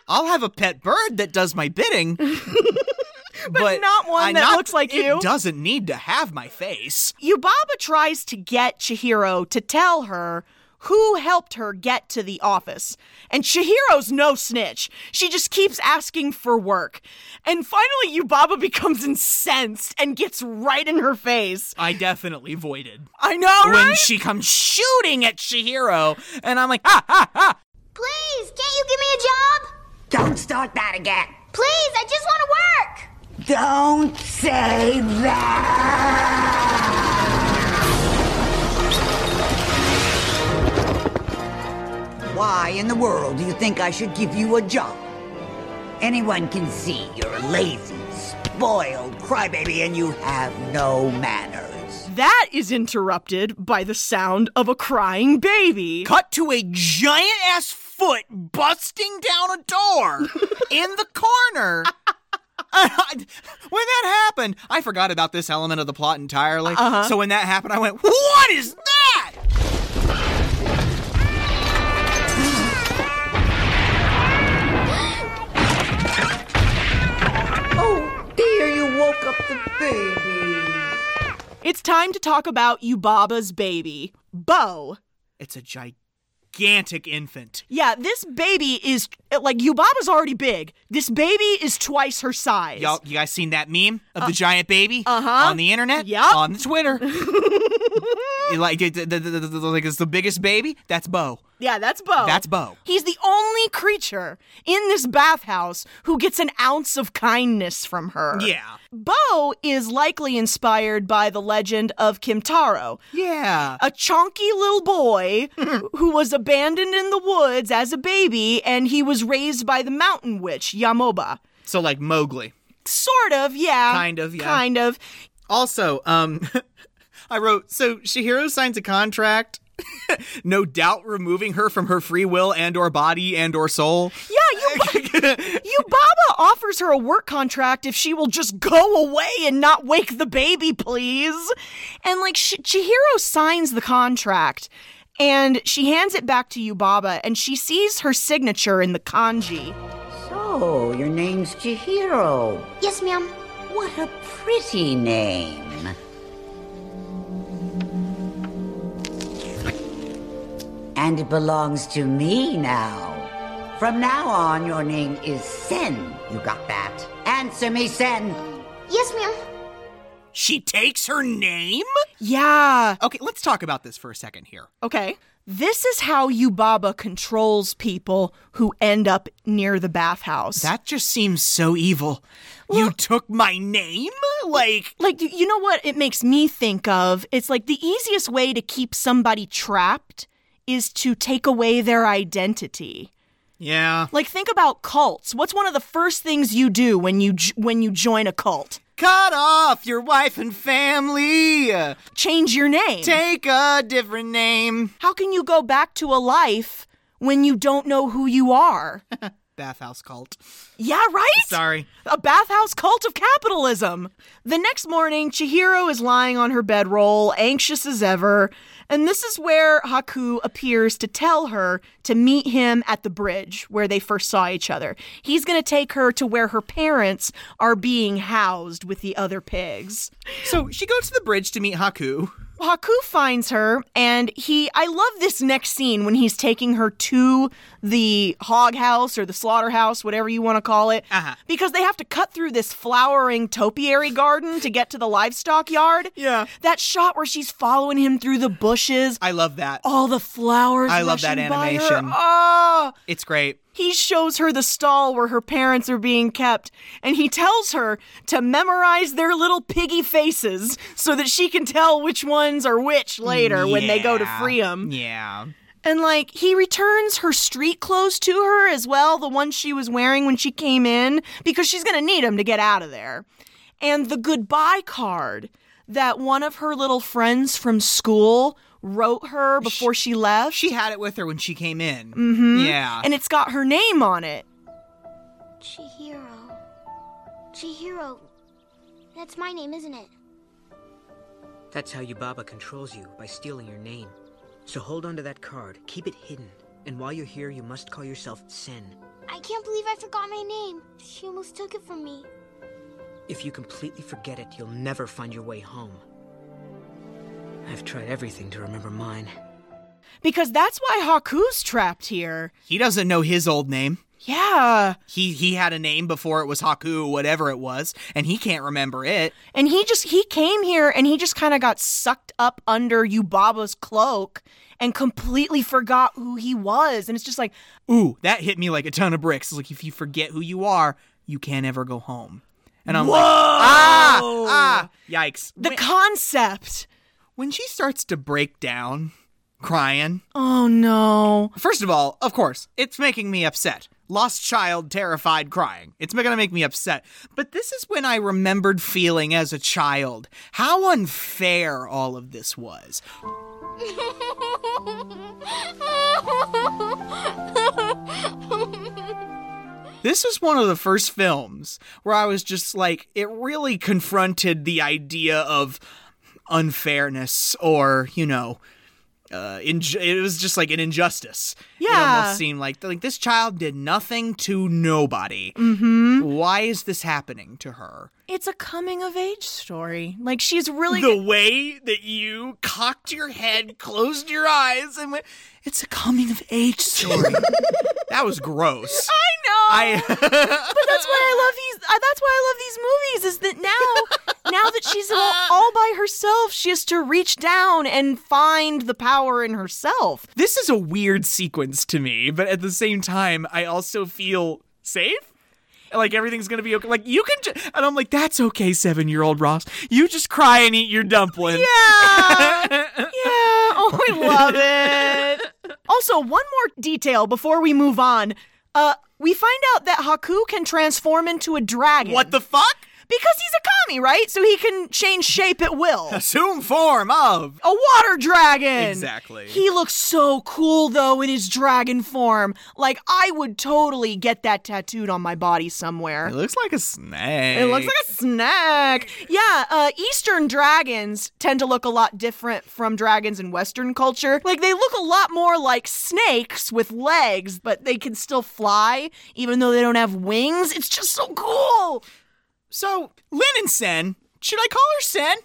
I'll have a pet bird that does my <laughs> bidding. but, not one that looks like it you. doesn't need to have my face. Yubaba tries to get Chihiro to tell her who helped her get to the office. And Chihiro's no snitch. She just keeps asking for work. And finally, Yubaba <laughs> becomes incensed and gets right in her face. I definitely voided. I know, when right? she comes shooting at Shihiro, and I'm like, "Ah, ha ha ha! Please, can't you give me a job? Don't start that again. Please, I just want to work. Don't say that. Why in the world do you think I should give you a job? Anyone can see you're a lazy, spoiled crybaby and you have no manners. That is interrupted by the sound of a crying baby. Cut to a giant ass foot busting down a <laughs> door in the corner. <laughs> when that happened, I forgot about this element of the plot entirely. Uh-huh. So when that happened, I went, What is that? Oh dear, you woke up the baby. It's time to talk about Yubaba's baby, Bo. It's a gigantic infant. Yeah, this baby is like Yubaba's already big. This baby is twice her size. Y'all, you guys seen that meme of the giant baby uh-huh. on the internet? Yup. On the <laughs> Twitter. You like, it- the- the- the- the- like, it's the biggest baby? That's Bo. Yeah, that's Bo. That's Bo. He's the only creature in this bathhouse who gets an ounce of kindness from her. Yeah. Bo is likely inspired by the legend of Kimtaro, Yeah. a chonky <laughs> little boy who was abandoned in the woods as a baby and he was raised by the mountain witch, Yamoba. So, like, Mowgli. Sort of, yeah. Kind of, yeah. Kind of. Also, um, <laughs> I wrote so Shihiro signs a contract, <laughs> no doubt removing her from her free will and or body and or soul. Yeah, you, Yubaba offers her a work contract if she will just go away and not wake the baby, please. And like Sh- Chihiro signs the contract and she hands it back to Yubaba and she sees her signature in the kanji. So, your name's Chihiro. Yes, ma'am. What a pretty name. And it belongs to me now. From now on, your name is Sen. You got that? Answer me, Sen. Yes, ma'am. She takes her name? Yeah. Okay, let's talk about this for a second here. Okay. This is how Yubaba controls people who end up near the bathhouse. That just seems so evil. you took my name? Like like you- you know what it makes me think of? It's like the easiest way to keep somebody trapped is to take away their identity. Yeah. Like think about cults. What's one of the first things you do when you j- when you join a cult? Cut off your wife and family. Change your name. Take a different name. How can you go back to a life when you don't know who you are? Bathhouse cult. Yeah, right? Sorry. A bathhouse cult of capitalism. The next morning, Chihiro is lying on her bedroll, anxious as ever, and this is where Haku appears to tell her to meet him at the bridge where they first saw each other. He's going to take her to where her parents are being housed with the other pigs. So she goes to the bridge to meet Haku. Haku finds her, and he. I love this next scene when he's taking her to the hog house or the slaughterhouse, whatever you want to call it, Uh-huh. because they have to cut through this flowering topiary garden to get to the livestock yard. Yeah. That shot where she's following him through the bushes. I love that. All the flowers. I love that rushing by her. animation. Oh. It's great. He shows her the stall where her parents are being kept, and he tells her to memorize their little piggy faces so that she can tell which ones are which later when they go to Yeah. free them. Yeah. And like, he returns her street clothes to her as well, the ones she was wearing when she came in, because she's gonna need them to get out of there. And the goodbye card that one of her little friends from school wrote her before she left. She had it with her when she came in. hmm Yeah. And it's got her name on it. Chihiro. Chihiro. That's my name, isn't it? That's how Yubaba controls you, by stealing your name. So hold on to that card, keep it hidden, and while you're here, you must call yourself Sen. I can't believe I forgot my name. She almost took it from <laughs> me. If you completely forget it, you'll never find your way home. I've tried everything to remember mine. Because that's why Haku's trapped here. He doesn't know his old name. Yeah. He he had a name before it was Haku, whatever it was, and he can't remember it. And he just he came here and he just kind of got sucked up under Yubaba's cloak and completely forgot who he was. And it's just like, Ooh, that hit me like a ton of bricks. It's like if you forget who you are, you can't ever go home. And I'm like, ah, ah, yikes. The concept. When she starts to break down, crying. Oh no. First of all, of course, it's making me upset. Lost child, terrified, crying. It's going to make me upset. But this is when I remembered feeling as a child how unfair all of this was. This was one of the first films where I was just like, it really confronted the idea of unfairness or, you know, uh, inj- it was just like an injustice. It Yeah. almost seemed like, like this child did nothing to nobody. Mhm. Why is this happening to her? It's a coming of age story. Like she's really the way that you cocked your head, closed your eyes, and went, it's a coming of age <laughs> story. that was gross. I know. <laughs> I. but that's why I love these. Uh, that's why I love these movies. Is that now, <laughs> now that she's all, all by herself, she has to reach down and find the power in herself. This is a weird sequence to me, but at the same time, I also feel safe. Like everything's gonna be okay. Like you can, ju- and I'm like, that's okay, seven year old Ross. You just cry and eat your dumpling. Yeah. <laughs> yeah. Oh, I love it. Also, one more detail before we move on. Uh, we find out that Haku can transform into a dragon. What the fuck? Because he's a kami, right? So he can change shape at will. <laughs> Assume form of a water dragon. Exactly. He looks so cool though in his dragon form. Like I would totally get that tattooed on my body somewhere. It looks like a snake. It looks like a snack. Yeah, uh, Eastern dragons tend to look a lot different from dragons in Western culture. Like, they look a lot more like snakes with legs, but they can still fly, even though they don't have wings. It's just so cool. So, Lin and Sen, should I call her Sen?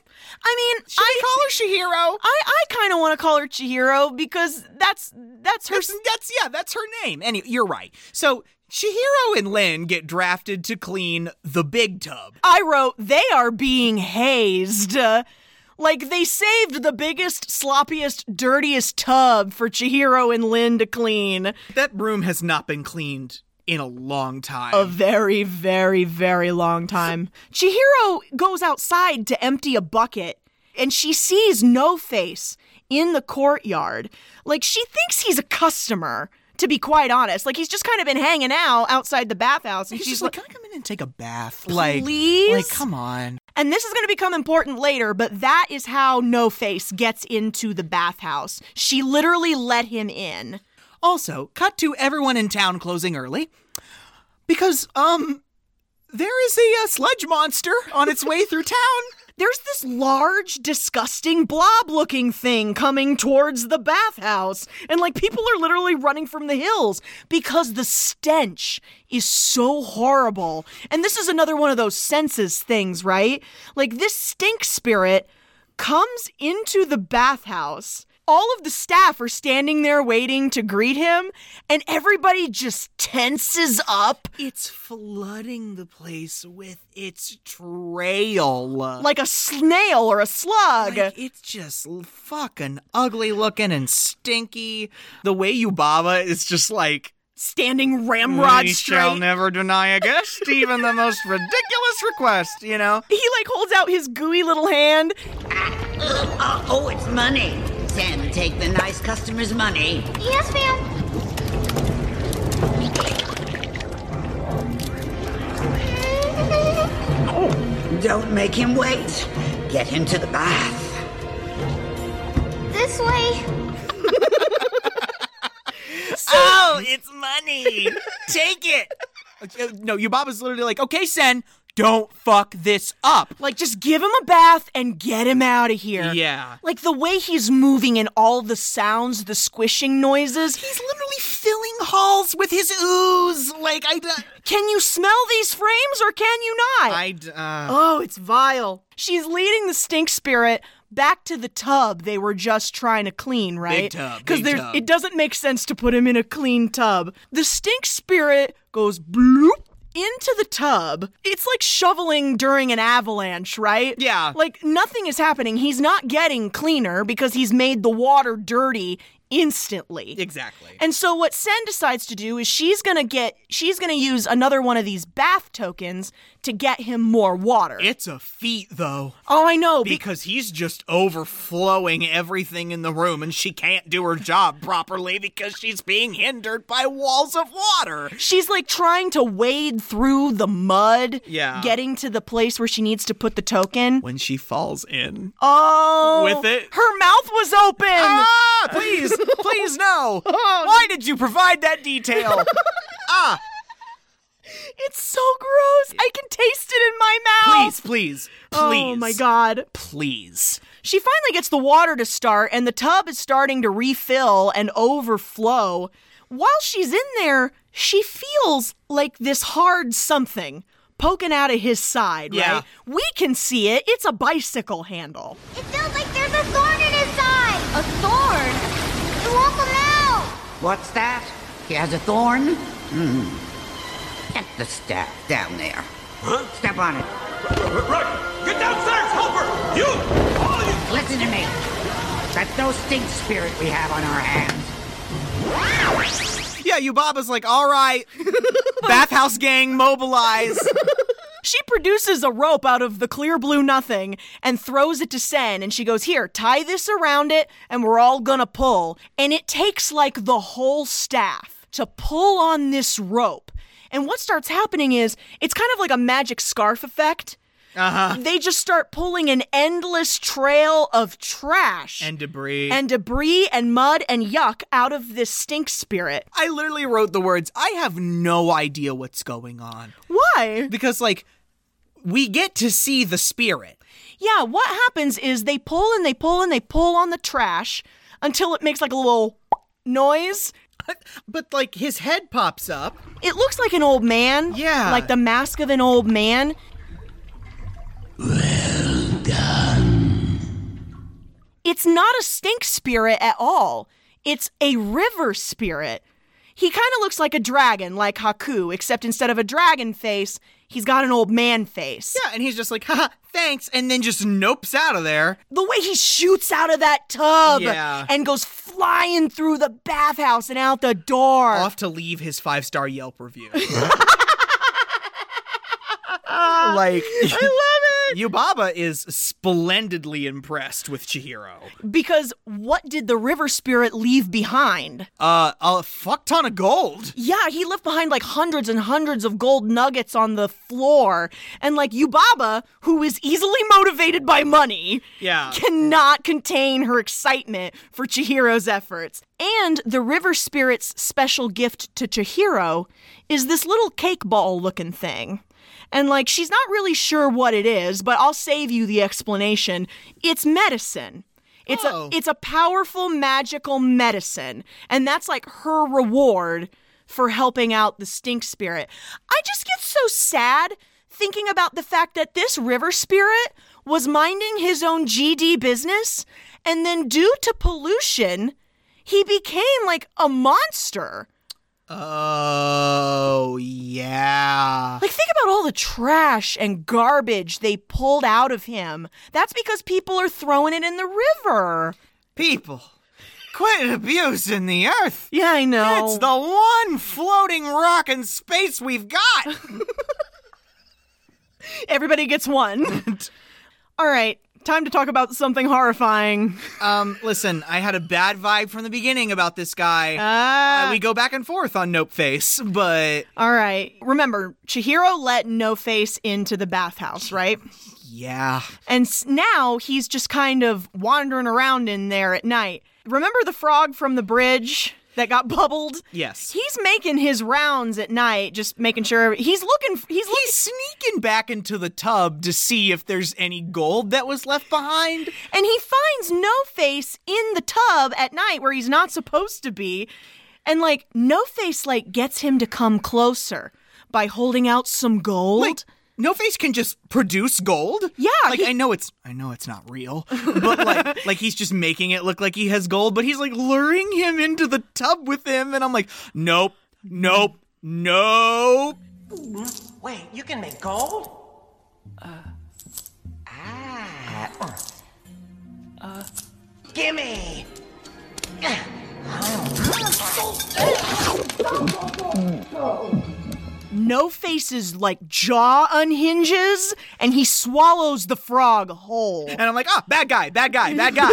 I mean, Should I call her Shihiro? <laughs> I, I kind of want to call her Chihiro because that's that's her. That's, that's yeah, that's her name. Anyway, you're right. So Shihiro and Lin get drafted to clean the big tub. I wrote, they are being hazed. Uh, Like they saved the biggest, sloppiest, dirtiest tub for Chihiro and Lynn to clean. That room has not been cleaned in a long time. A very, very, very long time. Chihiro goes outside to empty a bucket and she sees No Face in the courtyard. Like she thinks he's a customer, to be quite honest. Like he's just kind of been hanging out outside the bathhouse and He's she's just like, like, can I come in and take a bath? Like, Please? like, come on. And this is going to become important later, but that is how No Face gets into the bathhouse. She literally let him in. Also, cut to everyone in town closing early because um there is a, uh sludge monster on its way through town. <laughs> There's this large, disgusting blob looking thing coming towards the bathhouse. And like people are literally running from the hills because the stench is so horrible. And this is another one of those senses things, right? Like this stink spirit comes into the bathhouse. All of the staff are standing there waiting to greet him, and everybody just tenses up. It's flooding the place with its trail. like a snail or a slug. Like, it's just l- fucking ugly looking and stinky. The way Yubaba is just like standing ramrod "We shall straight. never deny a <laughs> guest, even the most ridiculous request. You know, He like holds out his gooey little hand. Uh, oh, it's money. Sam, take the nice customer's money. Yes, ma'am. Don't make him wait. Get him to the bath. This way. <laughs> oh, it's money. Take it. Uh, No, Yubaba's literally like, okay, Sen, don't fuck this up. Like just give him a bath and get him out of here. Yeah. Like the way he's moving and all the sounds, the squishing noises. He's literally filling halls with his ooze. Like I, d- Can you smell these frames or can you not? I, d- uh, Oh, it's vile. She's leading the stink spirit back to the tub they were just trying to clean, right? tub, Because big there's tub. it doesn't make sense to put him in a clean tub. The stink spirit goes bloop into the tub. It's like shoveling during an avalanche, right? Yeah. Like nothing is happening. He's not getting cleaner because he's made the water dirty instantly. exactly. And so what Sen decides to do is she's going to get she's going to use another one of these bath tokens to get him more water. It's a feat though. oh, I know. be- because he's just overflowing everything in the room and she can't do her job properly because she's being hindered by walls of water. she's like trying to wade through the mud, Yeah. getting to the place where she needs to put the token. When she falls in. Oh. With it? Her mouth was open. Ah, please, <laughs> please no. Oh, Why did you provide that <laughs> detail? ah, It's so gross. I can taste it in my please, mouth. please, please. Oh my god. Please. She finally gets the water to start, and the tub is starting to refill and overflow. While she's in there, she feels like this hard something poking out of his side, Yeah. right? We can see it. It's a bicycle handle. It feels like there's a thorn in his side. A thorn? It won't come out. What's that? He has a thorn? Hmm. Get the staff down there. Huh? Step on it. Get downstairs, helper! You! All you! Listen to me. That's no stink spirit we have on our hands. Yeah, Yubaba's like, all right, <laughs> bathhouse gang, mobilize. She produces a rope out of the clear blue nothing and throws it to Sen, and she goes, Here, tie this around it, and we're all gonna pull. And it takes like the whole staff to pull on this rope. And what starts happening is it's kind of like a magic scarf effect. Uh-huh. They just start pulling an endless trail of trash and debris. and debris and mud and yuck out of this stink spirit. I literally wrote the words, I have no idea what's going on. Why? because like we get to see the spirit. Yeah, what happens is they pull and they pull and they pull on the trash until it makes like a little noise. But like his head pops up. It looks like an old man. Yeah. Like the mask of an old man. It's not a stink spirit at all. It's a river spirit. He kind of looks like a dragon, like Haku, except instead of a dragon face, He's got an old man face. Yeah, and he's just like, haha, thanks, and then just nopes out of there. The way he shoots out of that tub Yeah. and goes flying through the bathhouse and out the door. Off to leave his five star Yelp review. like, <laughs> I love it. Yubaba is splendidly impressed with Chihiro. Because what did the river spirit leave behind? Uh, a fuck ton of gold. Yeah, he left behind like hundreds and hundreds of gold nuggets on the floor. And like Yubaba, who is easily motivated by money, Yeah. cannot contain her excitement for Chihiro's efforts. And the river spirit's special gift to Chihiro is this little cake ball looking thing. And like she's not really sure what it is, but I'll save you the explanation. It's medicine. It's Oh. a it's a powerful magical medicine, and that's like her reward for helping out the stink spirit. I just get so sad thinking about the fact that this river spirit was minding his own GD business, and then due to pollution, he became like a monster. Oh, yeah. Like, think about all the trash and garbage they pulled out of him. That's because people are throwing it in the river. People, quit abusing the earth. Yeah, I know. It's the one floating rock in space we've got. Everybody gets one. <laughs> all right, time to talk about something horrifying. um, listen, I had a bad vibe from the beginning about this guy. Ah. Uh, we go back and forth on Nope Face, but All right, remember, Chihiro let No Face into the bathhouse, right? yeah. And s- now he's just kind of wandering around in there at night. Remember the frog from the bridge that got bubbled? Yes. He's making his rounds at night, just making sure he's looking. f- He's looking. He's sneaking back into the tub to see if there's any gold that was left behind. And he finds No Face in the tub at night where he's not supposed to be. And like No Face like gets him to come closer by holding out some gold. Like, no face can just produce gold. Yeah, like he- I know it's I know it's not real, but <laughs> like like he's just making it look like he has gold, but he's like luring him into the tub with him, and I'm like, nope, nope, nope. Wait, you can make gold? Uh. Ah. Uh. Gimme! No Face's like jaw unhinges and he swallows the <laughs> frog whole. And I'm like, ah, bad guy, bad guy, bad <laughs> guy.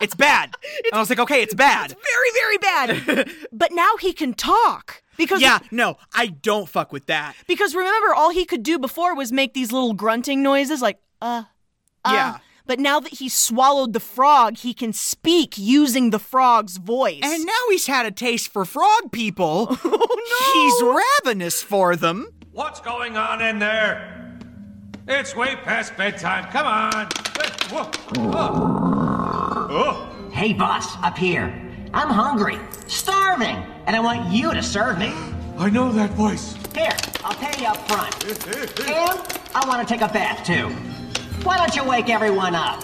it's bad. and I was like, okay, it's bad. Very, very bad. but now he can talk. Because <laughs> yeah, no, I don't fuck with that. Because remember, all he could do before was make these little grunting noises like, uh, uh. Yeah. But now that he swallowed the frog, he can speak using the frog's voice. And now he's had a taste for frog people. <laughs> He's ravenous for them. What's going on in there? It's way past bedtime. Come on. Whoa. Oh. Hey, boss, up here. I'm hungry, starving, and I want you to serve me. I know that voice. Here, I'll pay you up front. and I want to take a bath, too. Why don't you wake everyone up?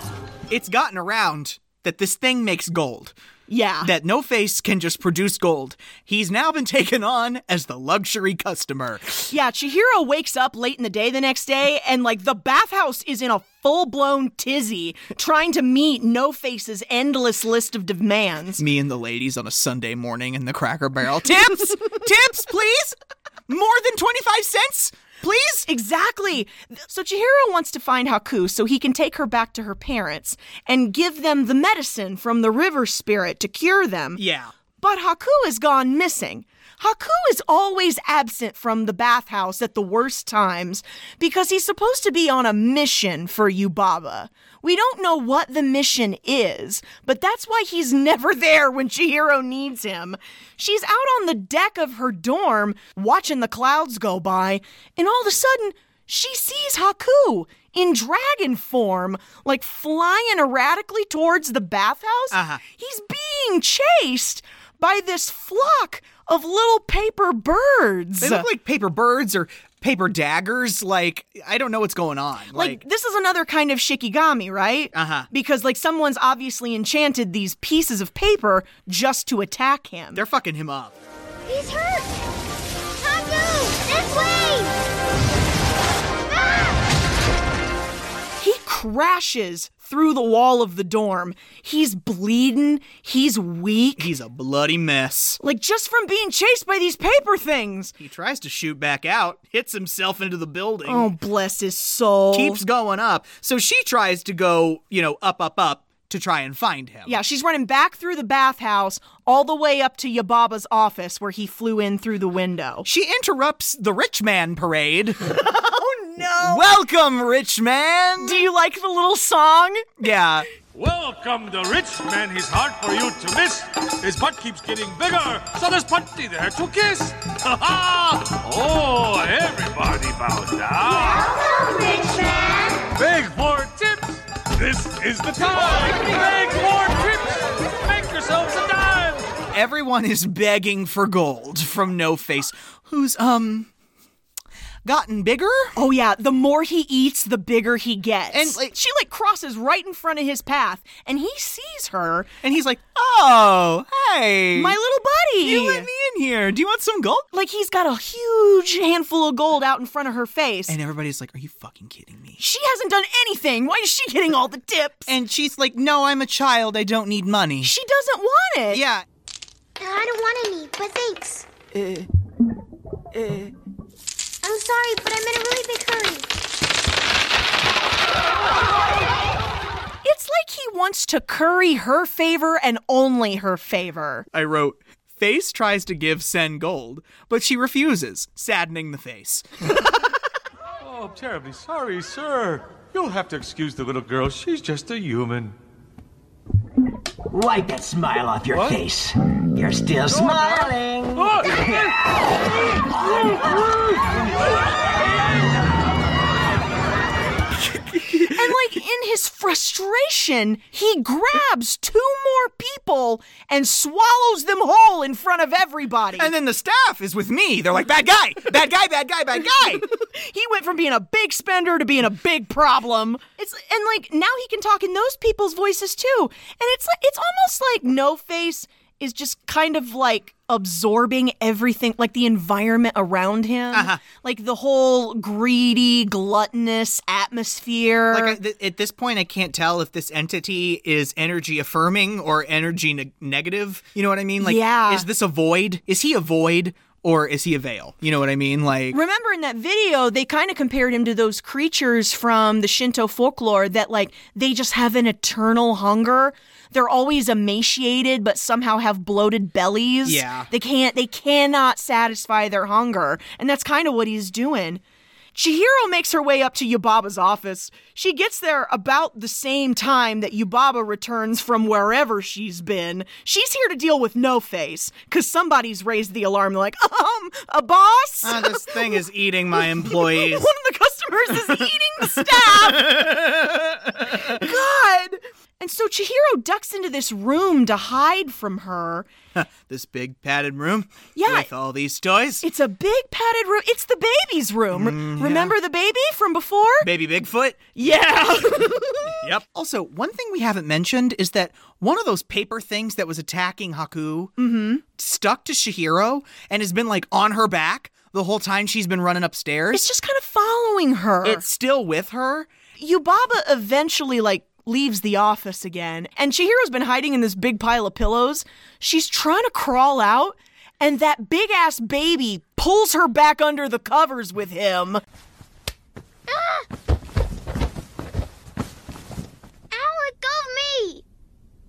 It's gotten around that this thing makes gold. yeah. That No Face can just produce gold. He's now been taken on as the luxury customer. yeah, Chihiro wakes up late in the day the next day, and like the bathhouse is in a full blown tizzy trying to meet No Face's endless list of demands. Me and the ladies on a Sunday morning in the Cracker Barrel. <laughs> Tips! Tips, please! More than 25 cents? Please? Exactly. So Chihiro wants to find Haku so he can take her back to her parents and give them the medicine from the river spirit to cure them. Yeah. But Haku has gone missing. Haku is always absent from the bathhouse at the worst times because he's supposed to be on a mission for Yubaba. We don't know what the mission is, but that's why he's <laughs> never there when Chihiro needs him. She's out on the deck of her dorm watching the clouds go by, and all of a sudden, she sees Haku in dragon form, like flying erratically towards the bathhouse. Uh-huh. He's being chased by this flock of little paper birds. They look like paper birds or paper daggers. Like, I don't know what's going on. Like, this is another kind of shikigami, right? Uh-huh. Because like someone's obviously enchanted these pieces of paper just to attack him. they're fucking him up. He's hurt! Haku! This way! Ah! crashes through the wall of the dorm. He's bleeding, he's weak. He's a bloody mess. Like just from being chased by these paper things. He tries to shoot back out, hits himself into the building. Oh, bless his soul. Keeps going up. So she tries to go, you know, up, up, up to try and find him. Yeah, she's running back through the bathhouse all the way up to Yababa's office where he flew in through the window. She interrupts the rich man <laughs> parade. oh no! Welcome, rich man! Do you like the little song? Yeah. Welcome, the rich man. He's hard for you to miss. His butt keeps getting bigger, so there's plenty there to kiss. Ha ha! Oh, everybody bows down. Welcome, rich man. Beg for tips. This is the time. Beg for tips. Make yourselves a dime. Everyone is begging for gold from No Face, who's, um, gotten bigger. Oh yeah, the more he eats, the bigger he gets. And like, she like crosses right in front of his path, and he sees her, and he's like, "Oh, hey, my little buddy, you let me in here. Do you want some gold?" Like he's got a huge handful of gold out in front of her face, and everybody's like, "Are you fucking kidding me? She hasn't done anything. Why is she getting all the tips?" And she's like, "No, I'm a child. I don't need money." She doesn't want it. Yeah. I don't want any, but thanks. Uh, uh, I'm sorry, but I'm in a really big hurry. It's like he wants to curry her favor and only her favor. I wrote, Face tries to give Sen gold, but she refuses, saddening the face. oh, I'm terribly sorry, sir. You'll have to excuse the little girl. She's just a human. Wipe that smile off your what? face. You're still smiling. and like in his frustration, he grabs two more people and swallows them whole in front of everybody. <laughs> And then the staff is with me. They're like, bad guy, bad guy, bad guy, bad guy. he went from being a big spender to being a big problem. It's and like now he can talk in those people's voices too. And it's like it's almost like no face is just kind of like absorbing everything, like the environment around him, uh-huh. like the whole greedy, gluttonous atmosphere. <laughs> Like I, th- at this point, I can't tell if this entity is energy affirming or energy ne- negative. You know what I mean? Like, yeah. is this a void? Is he a void? Or is he a veil? You know what I mean? Like Remember in that video they kind of compared him to those creatures from the Shinto folklore that like they just have an eternal hunger they're always emaciated but somehow have bloated bellies. Yeah. They can't they cannot satisfy their hunger. And that's kind of what he's doing. Chihiro makes her way up to Yubaba's office. She gets there about the same time that Yubaba returns from wherever she's been. She's here to deal with No Face, because somebody's raised the alarm. They're like, <laughs> um, a boss? Uh, this thing is eating my employees. <laughs> One of the customers is eating the <laughs> staff. God. And so Chihiro ducks into this room to hide from her. this big padded room? Yeah. With all these toys? It's a big padded room. It's the baby's room. Mm, yeah. Remember the baby from before? Baby Bigfoot? Yeah. yep. Also, one thing we haven't mentioned is that one of those paper things that was attacking Haku mm-hmm. stuck to Shihiro and has been like on her back the whole time she's been running upstairs. <laughs> It's just kind of following her. It's still with her. Yubaba eventually like leaves the office again, and Chihiro's been hiding in this big pile of pillows. She's trying to crawl out, and that big ass baby pulls her back under the covers with him. Ah! Ow, let go of me!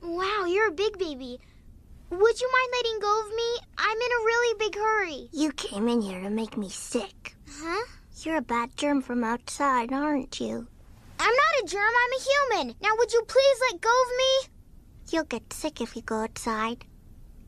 Wow, you're a big baby. Would you mind letting go of me? I'm in a really big hurry. You came in here to make me sick. Huh? You're a bad germ from outside, aren't you? I'm not a germ, I'm a human. Now, would you please let go of me? You'll get sick if you go outside.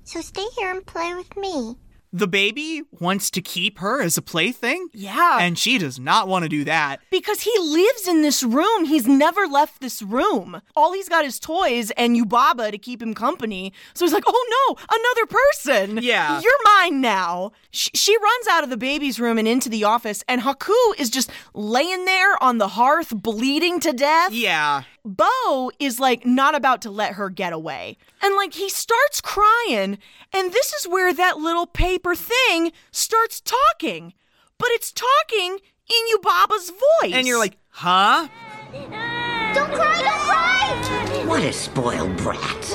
So stay here and play with me. The baby wants to keep her as a plaything. Yeah. And she does not want to do that. Because he lives in this room. He's never left this room. All he's got is toys and Yubaba to keep him company. So he's like, oh no, another person. Yeah. You're mine now. Sh- she runs out of the baby's room and into the office, and Haku is just laying there on the hearth, bleeding to death. Yeah. Bo is like not about to let her get away. And like he starts crying, and this is where that little paper thing starts talking. But it's talking in Yubaba's voice. And you're like, huh? Don't cry, don't cry! What a spoiled brat.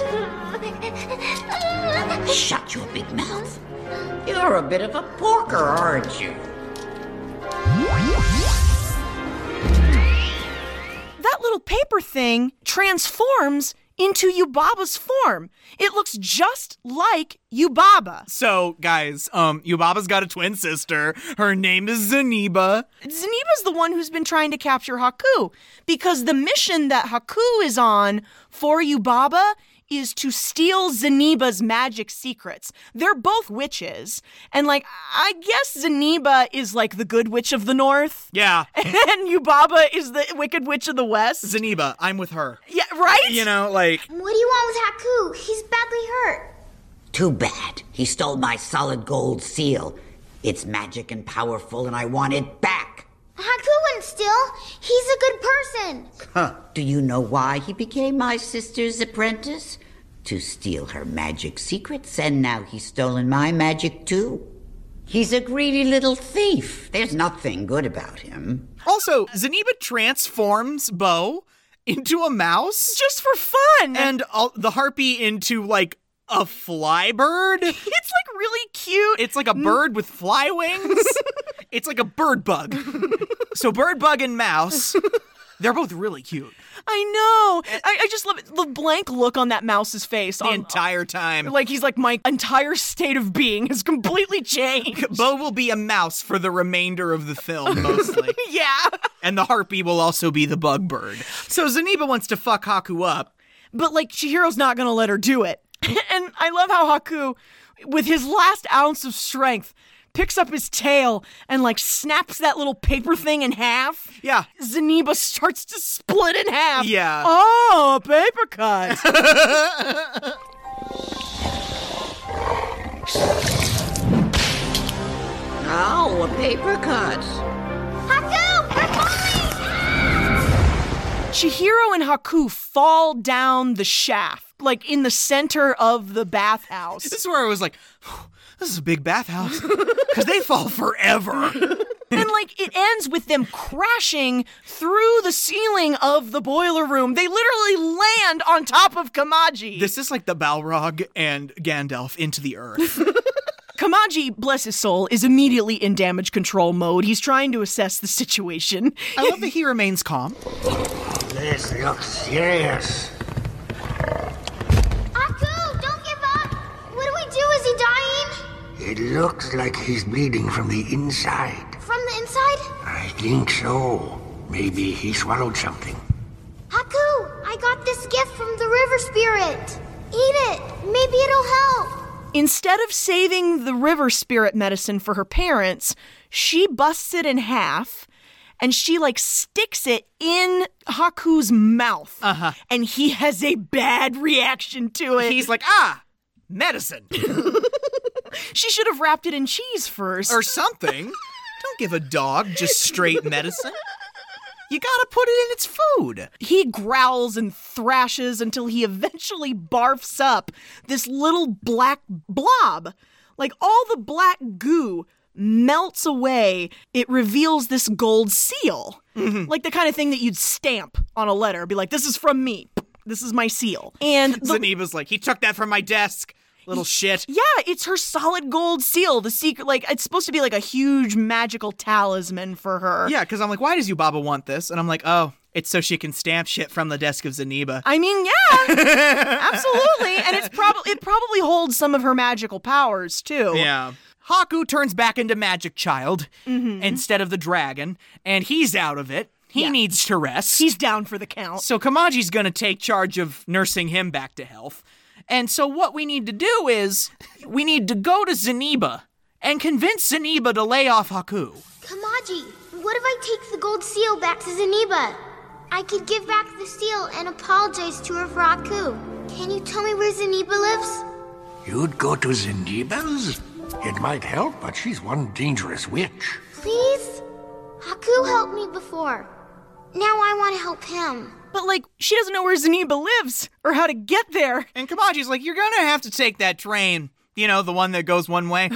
Shut your big mouth. You're a bit of a porker, aren't you? That little paper thing transforms into Yubaba's form. It looks just like Yubaba. So, guys, um, Yubaba's got a twin sister. Her name is Zaniba. Zaniba's the one who's been trying to capture Haku because the mission that Haku is on for Yubaba is to steal Zaniba's magic secrets. They're both witches. And like I guess Zaniba is like the good witch of the north <laughs> Yeah. and Yubaba is the wicked witch of the west. Zaniba, I'm with her. Yeah, right? You know, like. What do you want with Haku? He's badly hurt. Too bad. He stole my solid gold seal. It's magic and powerful, and I want it back. Haku wouldn't steal. He's a good person. Huh. Do you know why he became my sister's apprentice? To steal her magic secrets, and now he's stolen my magic too. He's a greedy little thief. There's nothing good about him. Also, Zaniba transforms Bo into a mouse just for fun, and all, the harpy into like a fly <laughs> bird. It's like really cute. Mm. It's like a bird with fly <laughs> wings. it's like a bird bug. so bird bug and mouse, they're both really cute. I know. I, I just love it. the blank look on that mouse's face the entire time. Um, Like he's like my entire state of being <laughs> has completely changed. <laughs> Bo will be a mouse for the remainder of the film, <laughs> mostly. yeah. and the harpy will also be the bug bird. So Zaniba wants to fuck Haku up. But like Chihiro's not gonna let her do it. <laughs> and I love how Haku, with his last ounce of strength, picks up his tail and like snaps that little paper thing in half. Yeah. Zaniba starts to split in half. Yeah. Oh, paper cut. Oh, a paper cut. Chihiro and Haku fall down the shaft, like in the center of the <laughs> bathhouse. This is where I was like, this is a big <laughs> bathhouse. Because they fall forever. and like it ends with them crashing through the ceiling of the boiler room. They literally land on top of Kamaji. This is like the Balrog and Gandalf into the earth. Kamaji, bless his soul, is immediately in damage control mode. He's trying to assess the situation. I love that he remains calm. This looks serious. Haku, don't give up. What do we do? Is he dying? It looks like he's bleeding from the inside. From the inside? I think so. Maybe he swallowed something. Haku, I got this gift from the river spirit. Eat it. Maybe it'll help. Instead of saving the river spirit medicine for her parents, she busts it in half and she like sticks it in Haku's mouth. Uh-huh. And he has a bad reaction to it. He's like, ah, medicine. she should have wrapped it in cheese first. Or something. Don't give a dog just straight medicine. You gotta put it in its food. He growls and thrashes until he eventually barfs up this little black blob. Like all the black goo melts away, it reveals this gold seal. Like the kind of thing that you'd stamp on a letter, be like, this is from me. This is my seal. And the- Zaniba's like, he took that from my desk. Little shit. yeah, it's her solid gold seal, the secret like it's supposed to be like a huge magical talisman for her. Yeah, because I'm like, why does Yubaba want this? And I'm like, oh, it's so she can stamp shit from the desk of Zaniba. I mean, yeah, absolutely, and it's probably it probably holds some of her magical powers too. yeah. Haku turns back into Magic Child instead of the dragon, and he's out of it. He Mm-hmm. Yeah. needs to rest. he's down for the count. So Kamaji's going to take charge of nursing him back to health. And so what we need to do is we need to go to Zaniba and convince Zaniba to lay off Haku. Kamaji, what if I take the gold seal back to Zaniba? I could give back the seal and apologize to her for Haku. Can you tell me where Zaniba lives? You'd go to Zendiba's? It might help, but she's one dangerous witch. Please? Haku helped me before. Now I want to help him. But like, she doesn't know where Zaniba lives or how to get there. And Kamaji's like, you're going to have to take that train, you know, the one that goes <laughs> one way.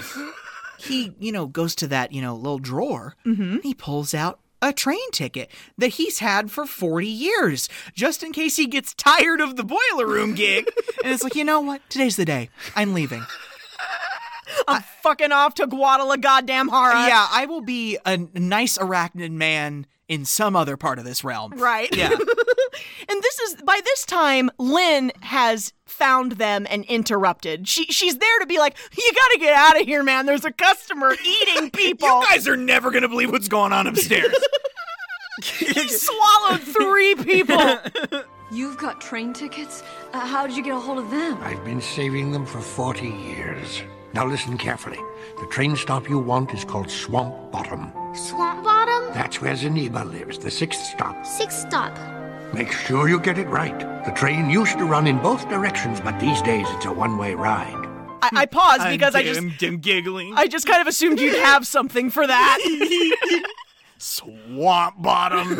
he, you know, goes to that, you know, little drawer. Mm-hmm. He pulls out a train ticket that he's had for 40 years just in case he gets tired of the boiler room <laughs> gig and it's like, you know what? Today's the day. I'm leaving. I'm fucking off to Guadalajara, goddamn Hara. Yeah, I will be a nice arachnid man in some other part of this realm. Right. Yeah. <laughs> and this is by this time, Lynn has found them and interrupted. She she's there to be like, you gotta get out of here, man. There's a customer eating people. <laughs> You guys are never going to believe what's going on <laughs> upstairs. he swallowed <laughs> three people. You've got train tickets? Uh, how did you get a hold of them? I've been saving them for 40 years. Now listen carefully. The train stop you want is called Swamp Bottom. Swamp Bottom? That's where Zaniba lives, the sixth stop. Sixth stop. Make sure you get it right. The train used to run in both directions, but these days it's a one way ride. I, I paused because I I'm, just I'm, I'm giggling. I just kind of assumed you'd have something for that. swamp bottom.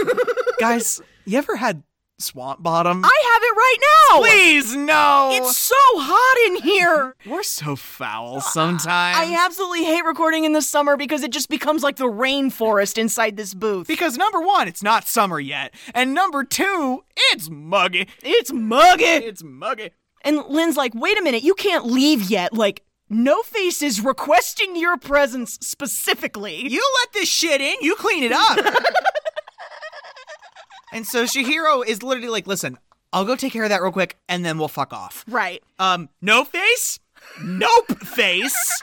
guys, you ever had swamp bottom? <laughs> I have it right now. Please, no. It's so hot in here. We're so foul sometimes. Uh, I absolutely hate recording in the summer because it just becomes like the rainforest inside this booth. Because number one, it's not summer yet. And number two, it's muggy. It's muggy. It's muggy. And Lynn's like, wait a minute, you can't leave yet. Like, No Face is requesting your presence specifically. You let this shit in, you clean it <laughs> up. and so Shihiro is literally like, listen, I'll go take care of that real quick and then we'll fuck off. Right. Um, No Face? Nope Face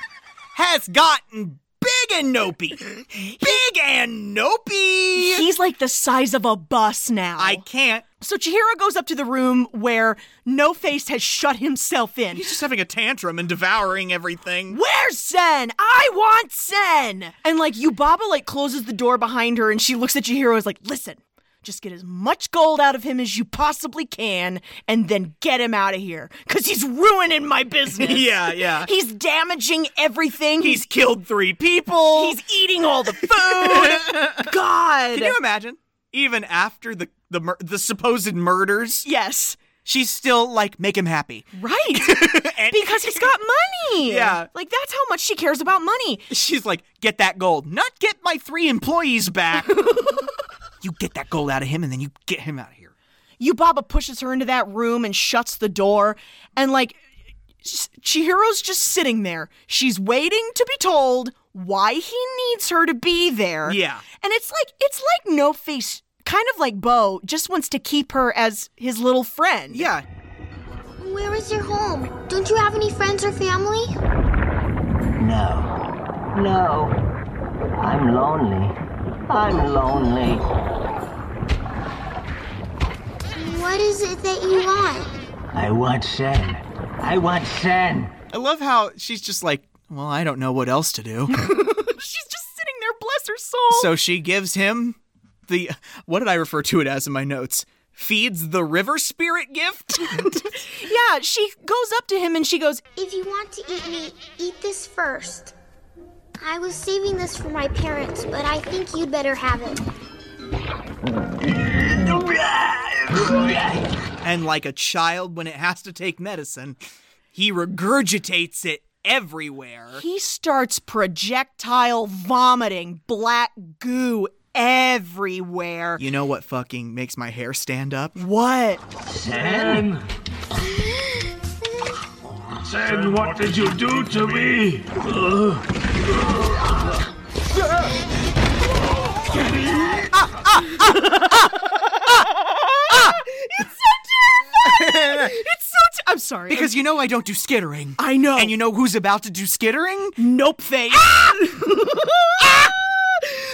has gotten big and nopey. Big and nopey. He's like the size of a bus now. I can't. So Chihiro goes up to the room where No Face has shut himself in. He's just having a tantrum and devouring everything. Where's Sen? I want Sen! And like Yubaba like closes the door behind her and she looks at Chihiro and is like, listen, just get as much gold out of him as you possibly can and then get him out of here. Cause he's ruining my business. <laughs> Yeah, yeah. He's damaging everything. He's killed three people. He's eating all the food. <laughs> God. Can you imagine? Even after the the mur- the supposed murders, Yes. she's still like make him happy. <laughs> Right. because he's got money. Yeah. Like that's how much she cares about money. She's like, get that gold, not get my three employees <laughs> back. you get that gold out of him, and then you get him out of here. Yubaba pushes her into that room and shuts the door. And like, s- Chihiro's just sitting there. She's waiting to be told why he needs her to be there. Yeah. And it's like, it's like No Face, kind of like Bo, just wants to keep her as his little friend. Yeah, Where is your home? Don't you have any friends or family? No. No. I'm lonely. I'm lonely. What is it that you want? I want Sen. I want Sen. I love how she's just like, well, I don't know what else to <laughs> do. She's just sitting there, bless her soul. so she gives him the what did I refer to it as in my notes? Feeds the river spirit <laughs> gift. yeah, she goes up to him and she goes, If you want to eat me, eat this first. I was saving this for my parents, but I think you'd better have it. and like a child when it has to take medicine, he regurgitates it everywhere. He starts projectile vomiting black goo everywhere. You know what fucking makes my hair stand up? What? Sen? <gasps> Sen, what did you do to me? Ugh. It's so. T- I'm sorry. Because you know I don't do skittering. I know. And you know who's about to do skittering? nope Ah! face.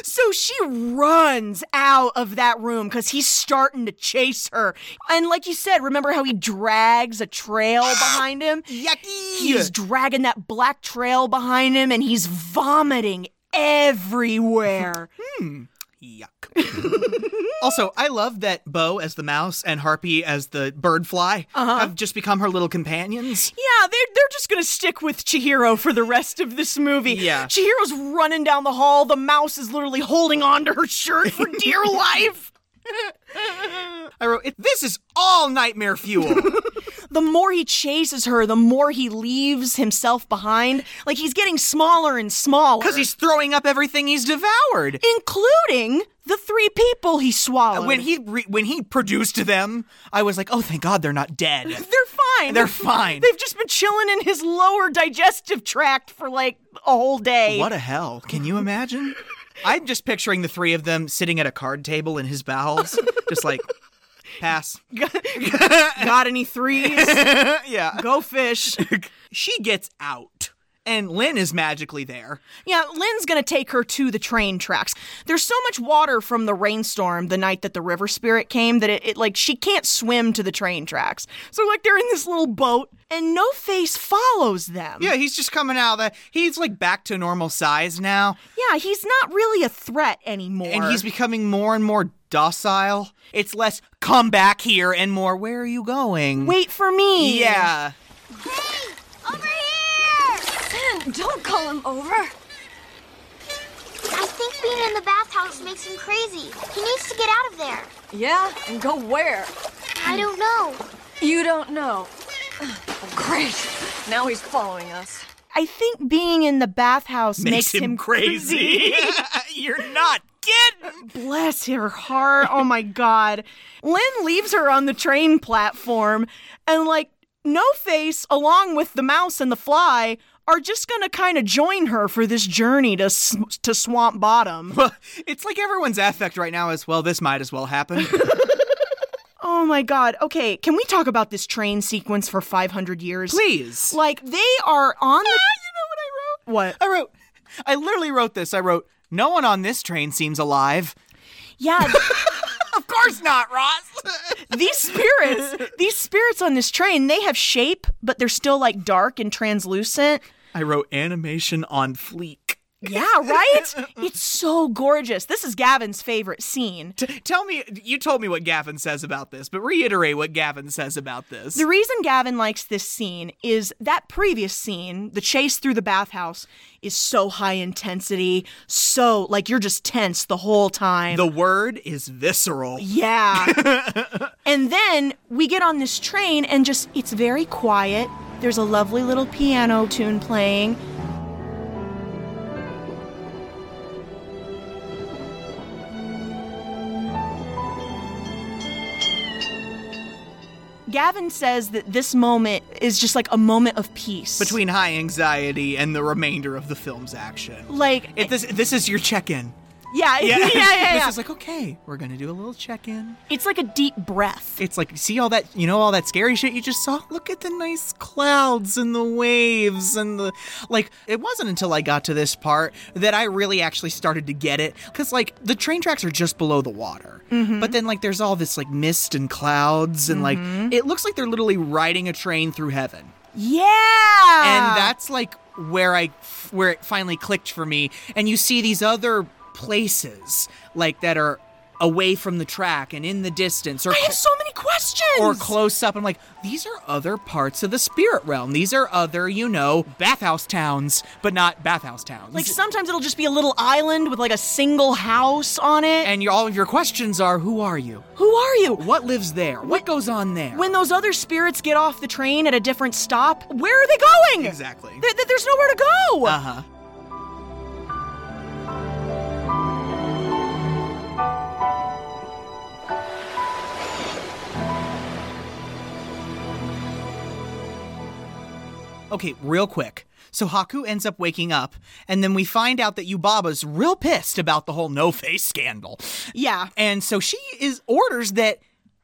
so she runs out of that room because he's starting to chase her. And like you said, remember how he drags a trail behind him? Yucky! He's dragging that black trail behind him and he's vomiting everywhere. Yuck. <laughs> also, I love that Bo as the mouse and Harpy as the bird fly Uh-huh. have just become her little companions. Yeah, they they're just gonna stick with Chihiro for the rest of this movie. Yeah. Chihiro's running down the hall. The mouse is literally holding on to her shirt for dear life. I wrote, "It- this is all nightmare fuel. the more he chases her, the more he leaves himself behind. Like he's getting smaller and smaller. Because he's throwing up everything he's devoured, including the three people he swallowed. When he re- when he produced them, I was like, "Oh, thank God, they're not dead." They're fine. They're fine. They've just been chilling in his lower digestive tract for like a whole day. What a hell! Can you <laughs> imagine? I'm just picturing the three of them sitting at a card table in his bowels, just like pass. Got any threes? <laughs> Yeah. <laughs> Go fish. she gets out. And Lynn is magically there. Yeah, Lynn's gonna take her to the train tracks. There's so much water from the rainstorm the night that the river spirit came that it, it like she can't swim to the train tracks. So like they're in this little boat and No Face follows them. Yeah, he's just coming out of that. He's like back to normal size now. Yeah, he's not really a threat anymore. And he's becoming more and more docile. It's less come back here and more where are you going? Wait for me. Yeah. Sam, don't call him over. I think being in the bathhouse makes him crazy. He needs to get out of there. Yeah? And go where? I don't know. You don't know. <sighs> Oh, great. Now he's following us. I think being in the bathhouse makes, <laughs> You're not kidding. Bless her heart. Oh my God. Lynn leaves her on the train platform, and like, No Face, along with the mouse and the fly, are just gonna kind of join her for this journey to s- to Swamp Bottom. It's like everyone's affect right now is well, this might as well happen. <laughs> Oh my God. Okay, can we talk about this train sequence for 500 years? Please. Ah, Like, they are on the. you know what I wrote? Uh, What? I wrote I literally wrote this. I wrote, No one on this train seems alive. Yeah. <laughs> Of course not, Ross. <laughs> these spirits, these spirits on this train, they have shape, but they're still like dark and translucent. I wrote animation on fleek. Yeah, right? It's so gorgeous. This is Gavin's favorite scene. Tell me, you told me what Gavin says about this, but reiterate what Gavin says about this. The reason Gavin likes this scene is that previous scene, the chase through the bathhouse, is so high intensity, so like you're just tense the whole time. The word is visceral. Yeah. <laughs> and then we get on this train and just, it's very quiet. There's a lovely little piano tune playing. Gavin says that this moment is just like a moment of peace. Between high anxiety and the remainder of the film's action. like, It, this, this is your check <laughs> in. yeah, <laughs> yeah, yeah, yeah. This yeah. is like, okay, we're going to do a little check in. it's like a deep breath. It's like, see all that, you know, all that scary shit you just saw? Look at the nice clouds and the waves and the. Like, it wasn't until I got to this part that I really actually started to get it. Because, like, the train tracks are just below the water. Mm-hmm. But then, like, there's all this, like, mist and clouds, and, Mm-hmm. like, it looks like they're literally riding a train through heaven. Yeah. Ah. and that's like where I where it finally clicked for me. And you see these other places like that are away from the track and in the distance, or I have so many questions. or close up. I'm like, these are other parts of the spirit realm. These are other, you know, bathhouse towns, but not bathhouse towns. Like sometimes it'll just be a little island with like a single house on it. and your, all of your questions are, who are you? Who are you? What lives there? What goes on there? When those other spirits get off the train at a different stop, where are they going? Exactly. Th- th- there's nowhere to go. uh huh. Okay, real quick. So Haku ends up waking up, and then we find out that Yubaba's real pissed about the whole no face scandal. yeah. And so she is orders that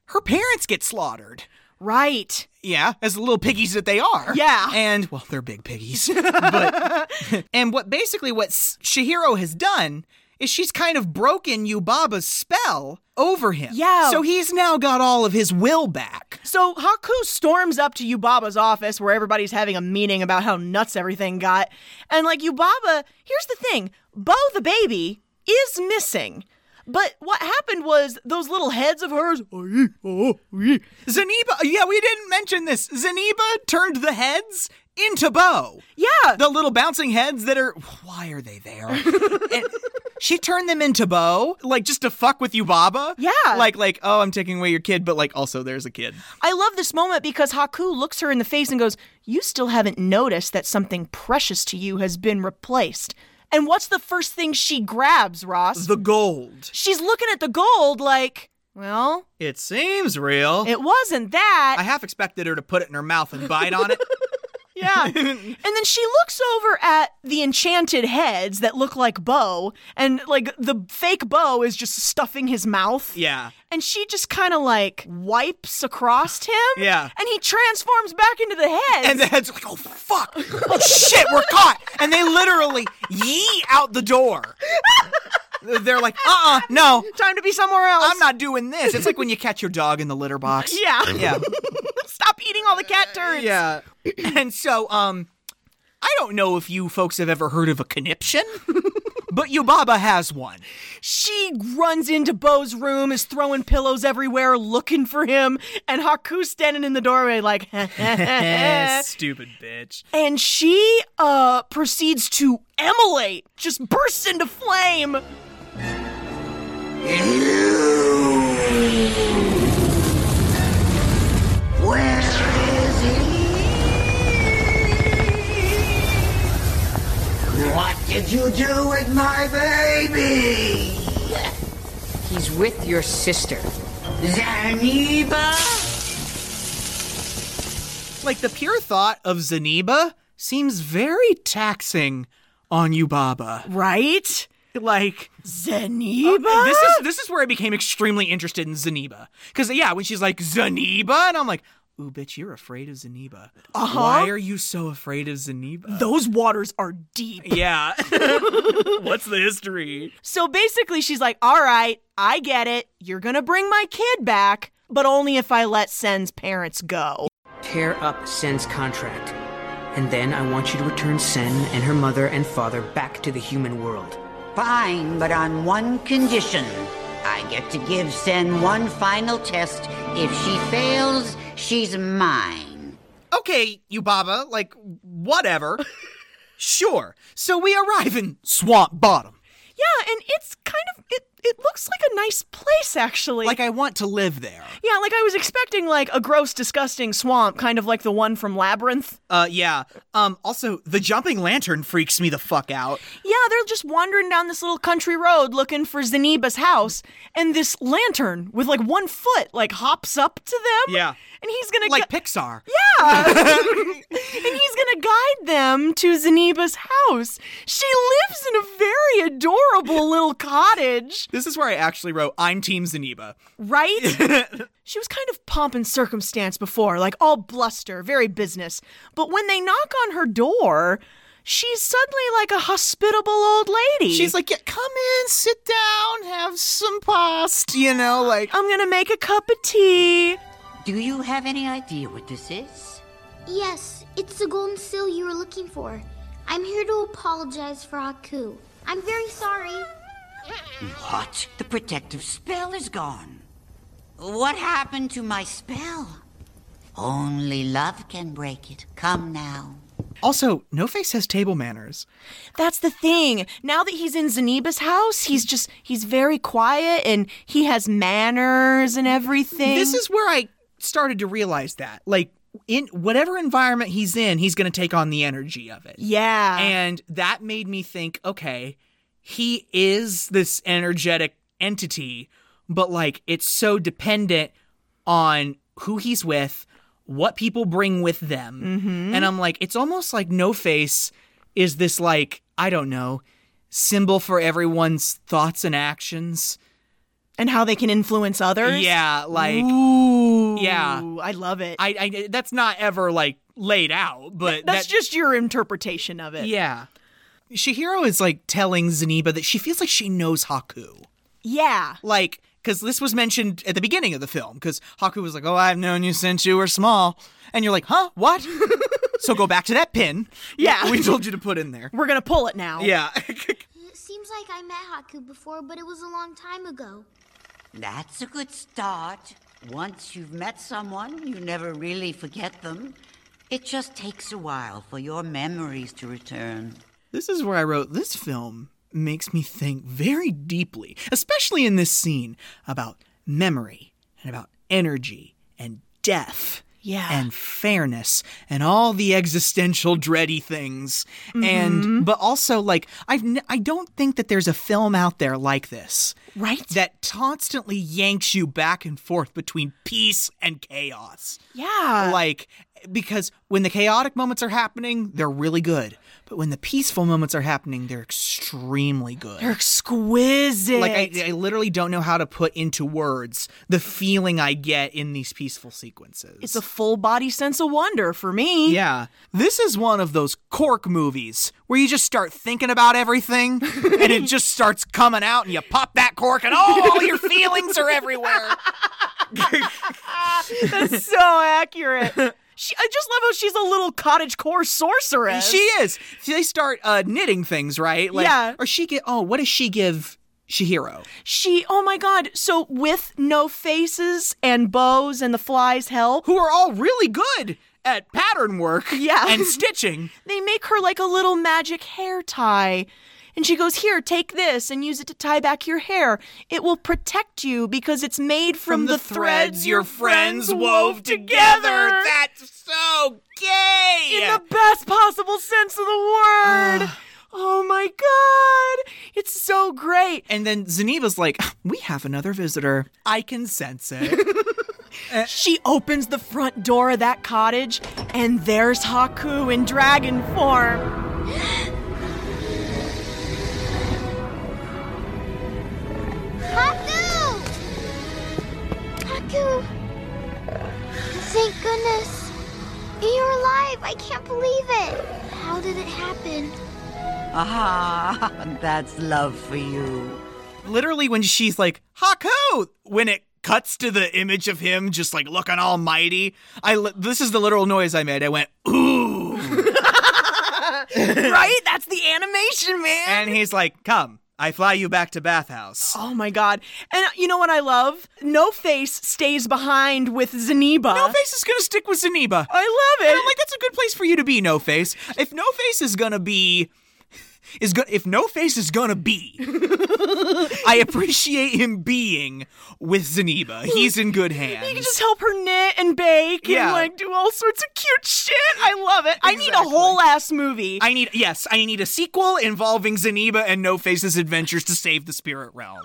her parents get slaughtered. Right. Yeah, as the little piggies that they are. Yeah. And well, they're big piggies. <laughs> but and what basically what S- Shihiro has done is she's kind of broken Yubaba's spell over him. Yeah. So he's now got all of his will back. So Haku storms up to Yubaba's office where everybody's having a meeting about how nuts everything got. And like Yubaba, here's the thing Bo the baby is missing. But what happened was those little heads of hers. oh, Zaniba, yeah, we didn't mention this. Zaniba turned the heads into Bo. Yeah. <laughs> The little bouncing heads that are why are they there? And She turned them into Bo, like just to fuck with you, Baba. Yeah. Like, like, oh, I'm taking away your kid, but like, also there's a kid. I love this moment because Haku looks her in the face and goes, You still haven't noticed that something precious to you has been replaced. And what's the first thing she grabs, Ross? The gold. She's looking at the gold like, Well, It seems real. it wasn't that. I half expected her to put it in her mouth and bite on it. <laughs> Yeah. and <laughs> then she looks over at the enchanted heads that look like Bo, and like the fake Bo is just stuffing his mouth. Yeah. And she just kind of like wipes across him. Yeah. And he transforms back into the heads. And the head's like, oh, fuck. Oh, shit, we're caught. And they literally yee out the <laughs> door. They're like, uh uh no. Time to be somewhere else. I'm not doing this. It's like when you catch your dog in the litter box. Yeah. <laughs> <laughs> Yeah. Stop eating all the cat turds. Yeah. <clears throat> And so, um, I don't know if you folks have ever heard of a conniption, <laughs> but Yubaba has one. She runs into Bo's room, is throwing pillows everywhere, looking for him, and Haku's standing in the doorway like, <laughs> Eh, Stupid bitch. And she uh proceeds to emulate, just bursts into flame. What did you do with my baby? He's with your sister. Zaniba? Like, the pure thought of Zaniba seems very taxing on Yubaba. Right? Like, Zeniba? And Uh, this is this is where I became extremely interested in Zaniba. Because yeah, when she's like Zaniba, and I'm like, ooh, bitch, you're afraid of Zaniba. Uh-huh. Why are you so afraid of Zaniba? Those waters are deep. Yeah. <laughs> What's the history? So basically, she's like, all right, I get it. You're going to bring my kid back, but only if I let Sen's parents go. Tear up Sen's contract. And then I want you to return Sen and her mother and father back to the human world. Fine, but on one condition. I get to give Sen one final test. If she fails, she's mine. Okay, Yubaba, like whatever. sure. So we arrive in Swamp Bottom. Yeah, and it's kind of, it, it looks like a nice place, actually. Like I want to live there. yeah, like I was expecting, like a gross, disgusting swamp, kind of like the one from Labyrinth. Uh yeah. Um also the jumping lantern freaks me the fuck out. Yeah, they're just wandering down this little country road looking for Zeniba's house, and this lantern with like one foot like hops up to them. Yeah. And he's gonna Like Pixar. Yeah. and he's gonna guide them to Zeniba's house. She lives in a very adorable little cottage, This is where I actually wrote I'm Team Zaniba. <laughs> right? she was kind of pomp and circumstance before, like all bluster, very business. But when they knock on her door, she's suddenly like a hospitable old lady. She's like, yeah, come in, sit down, have some pasta, you know, like. I'm gonna make a cup of tea. Do you have any idea what this is? Yes, it's the golden seal you were looking for. I'm here to apologize for Haku. I'm very sorry. What? The protective spell is gone. What happened to my spell? Only love can break it. Come now. Also, No Face has table manners. That's the thing. Now that he's in Zeniba's house, he's just he's very quiet and he has manners and everything. This is where I started to realize that. Like, in whatever environment he's in, he's going to take on the energy of it. Yeah. And that made me think okay, he is this energetic entity, but like, it's so dependent on who he's with, what people bring with them. And I'm like, it's almost like No Face is this, like, I don't know, symbol for everyone's thoughts and actions. and how they can influence others. Yeah, like, Ooh. yeah. I love it. I, I that's not ever like laid out, but That's that, just your interpretation of it. yeah. Shihiro is like telling Zeniba that she feels like she knows Haku, Yeah. like because this was mentioned at the beginning of the film because Haku was like, "Oh, I've known you since you were small," and you're like, "Huh? <laughs> What?" so go back to that pin. Yeah. we told you to put in there. We're gonna pull it <laughs> now. Yeah, It seems like I met Haku before, but it was a long time ago. That's a good start. Once you've met someone, you never really forget them. It just takes a while for your memories to return. this is where I wrote this film makes me think very deeply, especially in this scene, about memory and about energy and death. Yeah. And fairness and all the existential dready things. Mhm. And but also like I've n- I don't think that there's a film out there like this. Right? That constantly yanks you back and forth between peace and chaos. Yeah. Like, because when the chaotic moments are happening, they're really good. But when the peaceful moments are happening, they're extremely good. They're exquisite. Like, I, I literally don't know how to put into words the feeling I get in these peaceful sequences. It's a full body sense of wonder for me. Yeah. This is one of those cork movies where you just start thinking about <laughs> everything and it just starts coming out and you pop that cork and oh, all your feelings are everywhere. <laughs> <laughs> That's so <laughs> accurate. She, I just love how she's a little cottage core sorceress. She is. They start uh, knitting things, right? Like, Yeah. Or she get. Oh, what does she give Shihiro? She, oh my god. So with no faces and bows and the flies help, who are all really good at pattern work yeah. and <laughs> stitching. they make her like a little magic hair tie. And she goes, Here, take this and use it to tie back your hair. It will protect you because it's made from, the, threads, your friends wove together. That's so gay! In the best possible sense of the <sighs> word. oh my god. It's so great. And then Zeneva's like, we have another visitor. I can sense it. <laughs> She opens the front door of that cottage, and there's Haku in dragon form. Haku! Haku! Thank goodness! You're alive! I can't believe it! How did it happen? Ah, <laughs> that's love for you. Literally, when she's like, Haku! When it cuts to the image of him just like looking almighty, I li- this is the literal noise I made. I went, <laughs> <laughs> right? That's the animation, man. and he's like, come, I fly you back to Bathhouse. Oh my god. And you know what I love? No Face stays behind with Zeniba. No Face is gonna stick with Zeniba. I love it. And I'm like, that's a good place for you to be, No Face. If No Face is gonna be is good if No Face is gonna be, I appreciate him being with Zeniba. He's in good hands. You can just help her knit and bake and Yeah. like do all sorts of cute shit. I love it. I need a whole ass movie. I need yes, I need a sequel involving Zeniba and No Face's adventures to save the spirit <laughs> realm.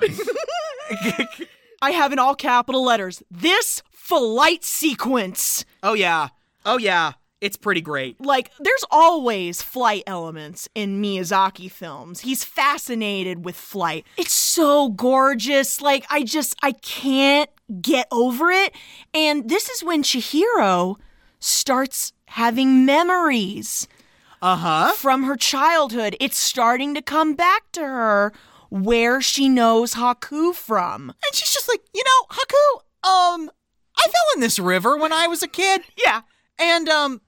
I have in all capital letters this flight sequence. oh yeah. Oh yeah. It's pretty great. Like, there's always flight elements in Miyazaki films. He's fascinated with flight. It's so gorgeous. Like, I just, I can't get over it. And this is when Chihiro starts having memories. Uh huh. From her childhood. It's starting to come back to her where she knows Haku from. And she's just like, you know, Haku, um, I fell in this river when I was a kid. Yeah. And um,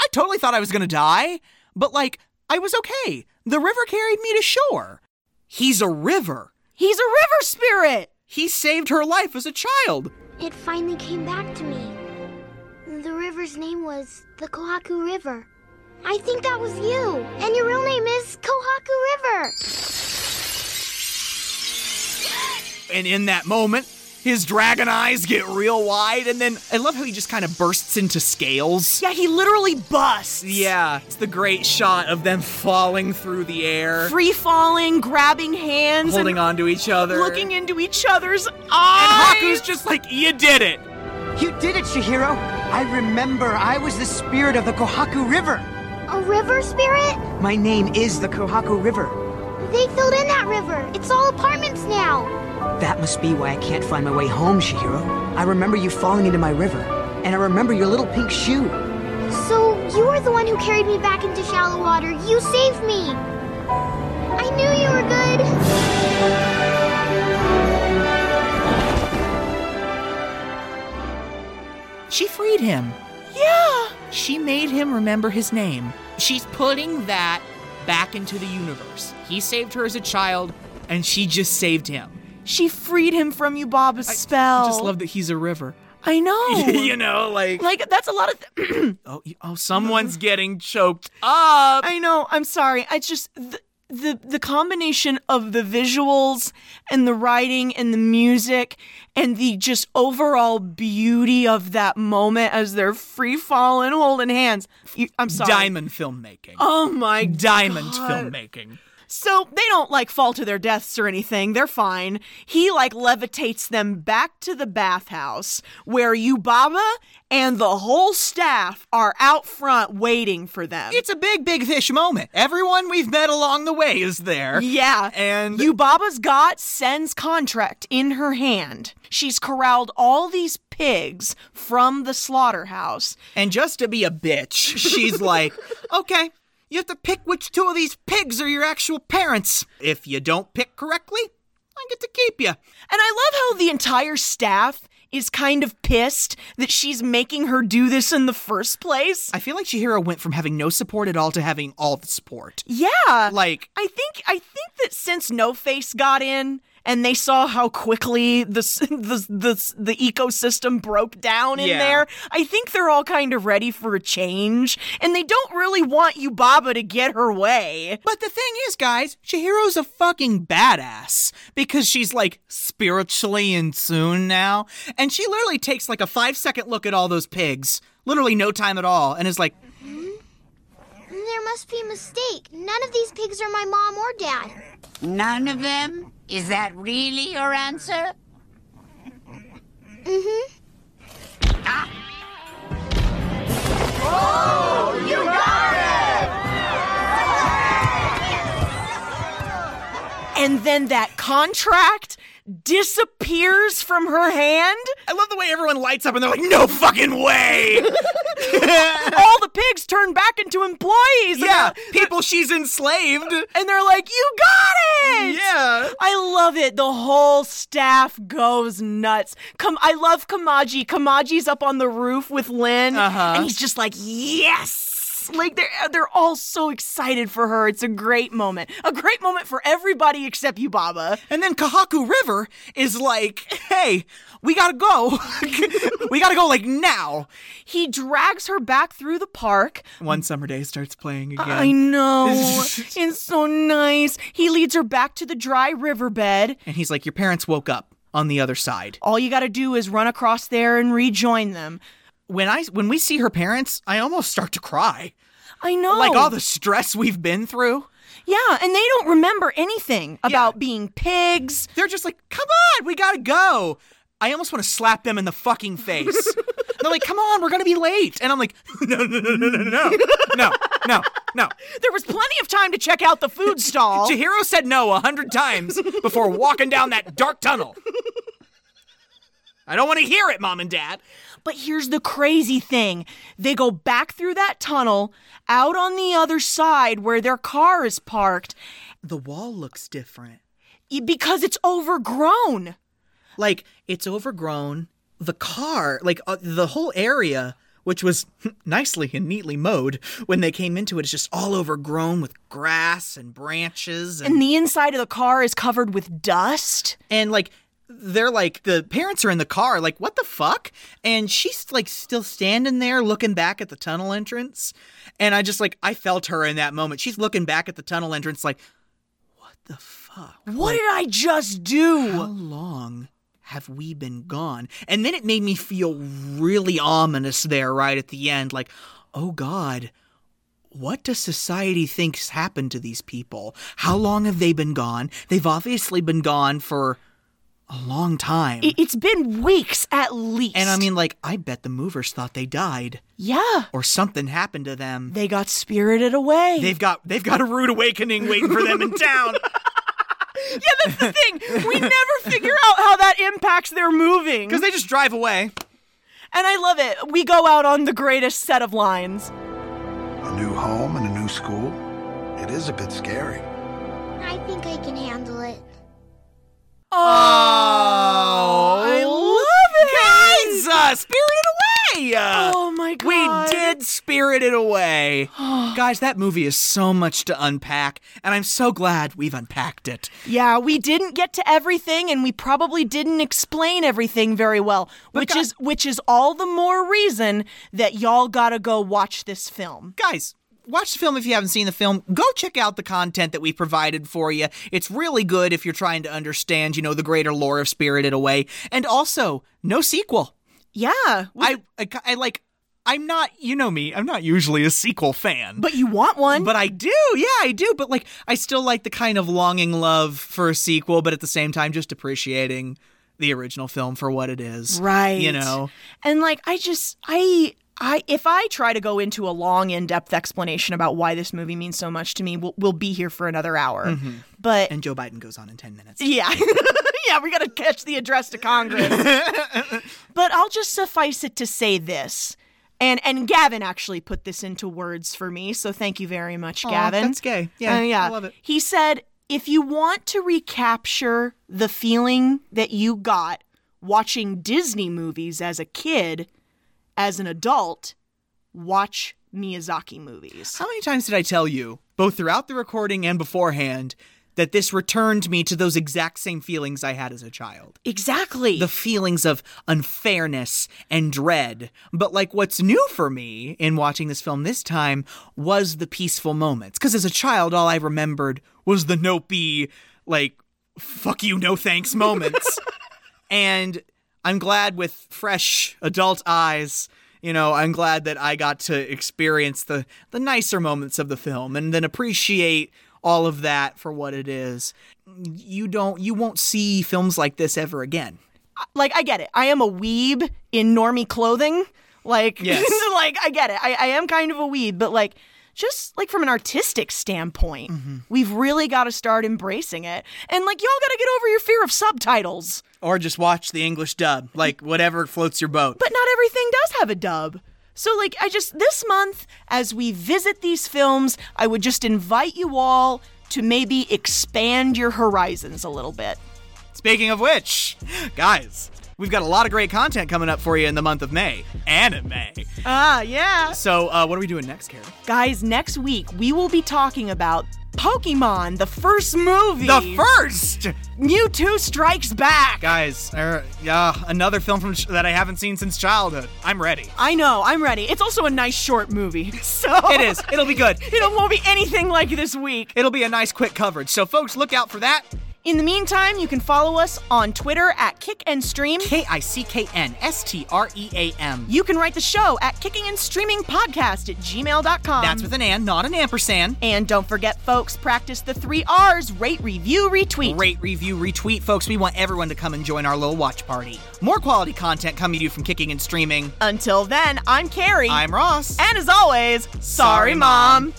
I totally thought I was gonna die, but like, I was okay. The river carried me to shore. He's a river. He's a river spirit. He saved her life as a child. It finally came back to me. The river's name was the Kohaku River. I think that was you, and your real name is Kohaku River! And in that moment, his dragon eyes get real wide, and then I love how he just kind of bursts into scales. Yeah, he literally busts. Yeah, it's the great shot of them falling through the air, Free falling, grabbing hands, and holding on to each other. looking into each other's eyes. Haku's just like, you did it. You did it, Shihiro! I remember I was the spirit of the Kohaku River! A river spirit? My name is the Kohaku River. They filled in that river! It's all apartments now! That must be why I can't find my way home, Shihiro. I remember you falling into my river, and I remember your little pink shoe. So, you were the one who carried me back into shallow water. You saved me! I knew you were good! She freed him. Yeah. She made him remember his name. She's putting that back into the universe. He saved her as a child, and she just saved him. She freed him from Yubaba's spell. I just love that he's a river. I <laughs> know. you know, like, Like that's a lot of. Th- oh, you- oh, someone's getting choked. uh, I know. I'm sorry. I just th- the the combination of the visuals and the writing and the music and the just overall beauty of that moment as they're free falling holding hands. You, I'm <laughs> sorry. Diamond filmmaking. Oh my Diamond God. filmmaking. So they don't like fall to their deaths or anything. They're fine. He like levitates them back to the bathhouse where Yubaba and the whole staff are out front waiting for them. It's a big, big fish moment. Everyone we've met along the way is there. Yeah. And Yubaba's got Sen's contract in her hand. She's corralled all these pigs from the slaughterhouse. And just to be a bitch, she's like, okay, you have to pick which two of these pigs are your actual parents. If you don't pick correctly, I get to keep you. And I love how the entire staff is kind of pissed that she's making her do this in the first place. I feel like Chihiro went from having no support at all to having all the support. Yeah. Like I think I think that since No Face got in and they saw how quickly the s- <laughs> the s- the, s- the ecosystem broke down in Yeah. there, I think they're all kind of ready for a change and they don't really want Yubaba to get her way. But the thing is, guys, Chihiro's a fucking badass because she's like spiritually in tune now. And she literally takes like a five second look at all those pigs, literally no time at all, and is like, There must be a mistake. None of these pigs are my mom or dad. None of them? Is that really your answer? Mm-hmm. And then that contract disappears from <laughs> her hand. I love the way everyone lights up and they're like, no fucking way! <laughs> all the pigs turn back into employees. <laughs> Yeah, and they're- people she's enslaved. and they're like, "You got it!" Yeah. I love it. The whole staff goes nuts. Come, I love Kamaji. Kamaji's up on the roof with Lynn, Uh-huh. and he's just like, "Yes!" Like they're uh, they're all so excited for her. It's a great moment. A great moment for everybody except Yubaba. And then Kahaku River is like, hey, we gotta go. <laughs> we gotta go like now. He drags her back through the park. One summer day starts playing again. <laughs> I know. it's so nice. He leads her back to the dry riverbed. And he's like, your parents woke up on the other side. All you got to do is run across there and rejoin them. When I when we see her parents, I almost start to cry. I know. Like all the stress we've been through. Yeah, and they don't remember anything about being pigs. They're just like, come on, we gotta go. I almost want to slap them in the fucking face. they're like, come on, we're gonna be late. And I'm like, <laughs> no, no, no, no, no, no, no, no, no. There was plenty of time to check out the <laughs> food stall. Chihiro said no a hundred times before walking down that dark tunnel. I don't want to hear it, mom and dad. But here's the crazy thing they go back through that tunnel, out on the other side where their car is parked, The wall looks different. y- because it's overgrown. Like it's overgrown. The car, like uh, the whole area, which was <laughs> nicely and neatly mowed when they came into it, is just all overgrown with grass and branches and And the inside of the car is covered with dust. and like they're like the parents are in the car like what the fuck and she's like still standing there looking back at the tunnel entrance and i just like i felt her in that moment she's looking back at the tunnel entrance like What did I just do? how long have we been gone and then it made me feel really ominous there right at the end like oh god what does society think's happened to these people how long have they been gone they've obviously been gone for a long time I- It's been weeks at least. And I mean, like, I bet the movers thought they died yeah, or something happened to them. they got spirited away. They've got they've got a rude awakening waiting for them in town. <laughs> yeah, that's the thing. We never figure out how that impacts <laughs> their moving. Because they just drive away. And I love it. We go out on the greatest set of lines. A new home and a new school? It is a bit scary. I think I can handle it. Oh, I love it. Guys, uh, spirited away. Uh, Oh my god. We did Spirited <sighs> Away. Guys, that movie is so much to unpack, and I'm so glad we've unpacked it. Yeah, we didn't get to everything and we probably didn't explain everything very well, which God- is which is all the more reason that y'all got to go watch this film. Guys, watch the film if you haven't seen the film. Go check out the content that we provided for you. It's really good if you're trying to understand, you know, the greater lore of Spirited Away. And also, no sequel. Yeah. I, I, I like. I'm not, you know me, I'm not usually a sequel fan. But you want one. But I do, yeah, I do. But like, I still like the kind of longing love for a sequel, but at the same time, just appreciating the original film for what it is. Right. You know? And like I just I I if I try to go into a long in-depth explanation about why this movie means so much to me, we'll, we'll be here for another hour. Mhm. But And Joe Biden goes on in 10 minutes. yeah. <laughs> yeah, we got to catch the address <laughs> to Congress. but I'll just suffice it to say this. And and Gavin actually put this into words for me, so thank you very much, Aw, Gavin. that's gay. Yeah, Uh, yeah. I love it. He said, if you want to recapture the feeling that you got watching Disney movies as a kid, as an adult, watch Miyazaki movies. How many times did I tell you, both throughout the recording and beforehand, that this returned me to those exact same feelings I had as a child? Exactly. The feelings of unfairness and dread. But, like, what's new for me in watching this film this time was the peaceful moments. Because as a child, all I remembered was the nopey, like, fuck you, no thanks moments. and I'm glad with fresh adult eyes. You know, I'm glad that I got to experience the the nicer moments of the film and then appreciate all of that for what it is. You don't you won't see films like this ever again. like I get it. I am a weeb in normie clothing. Like, <laughs> Yes. like I get it. I, I am kind of a weeb, but like just like from an artistic standpoint, we've really got to start embracing it. And like y'all got to get over your fear of subtitles. Or just watch the English dub, like whatever floats your boat. But not everything does have a dub. So, like, I just, this month, as we visit these films, I would just invite you all to maybe expand your horizons a little bit. Speaking of which, guys, we've got a lot of great content coming up for you in the month of May and in May. Ah, yeah. So, uh, what are we doing next, Karen? Guys, next week, we will be talking about Pokemon, the first movie. The first! Mewtwo Strikes Back. Guys, er, yeah, another film from that I haven't seen since childhood. I'm ready. I know, I'm ready. It's also a nice short movie. <laughs> So It is. It'll be good. It won't be anything like this week. It'll be a nice quick coverage. So folks, look out for that. In the meantime, you can follow us on Twitter at Kick and Stream. K I C K N S T R E A M. You can write the show at kicking and streaming podcast at gmail.com. That's with an and, not an ampersand. And don't forget, folks, practice the three R's rate, review, retweet. Rate, review, retweet, folks. We want everyone to come and join our little watch party. More quality content coming to you from kicking and streaming. Until then, I'm Carrie. I'm Ross. And as always, sorry, Mom.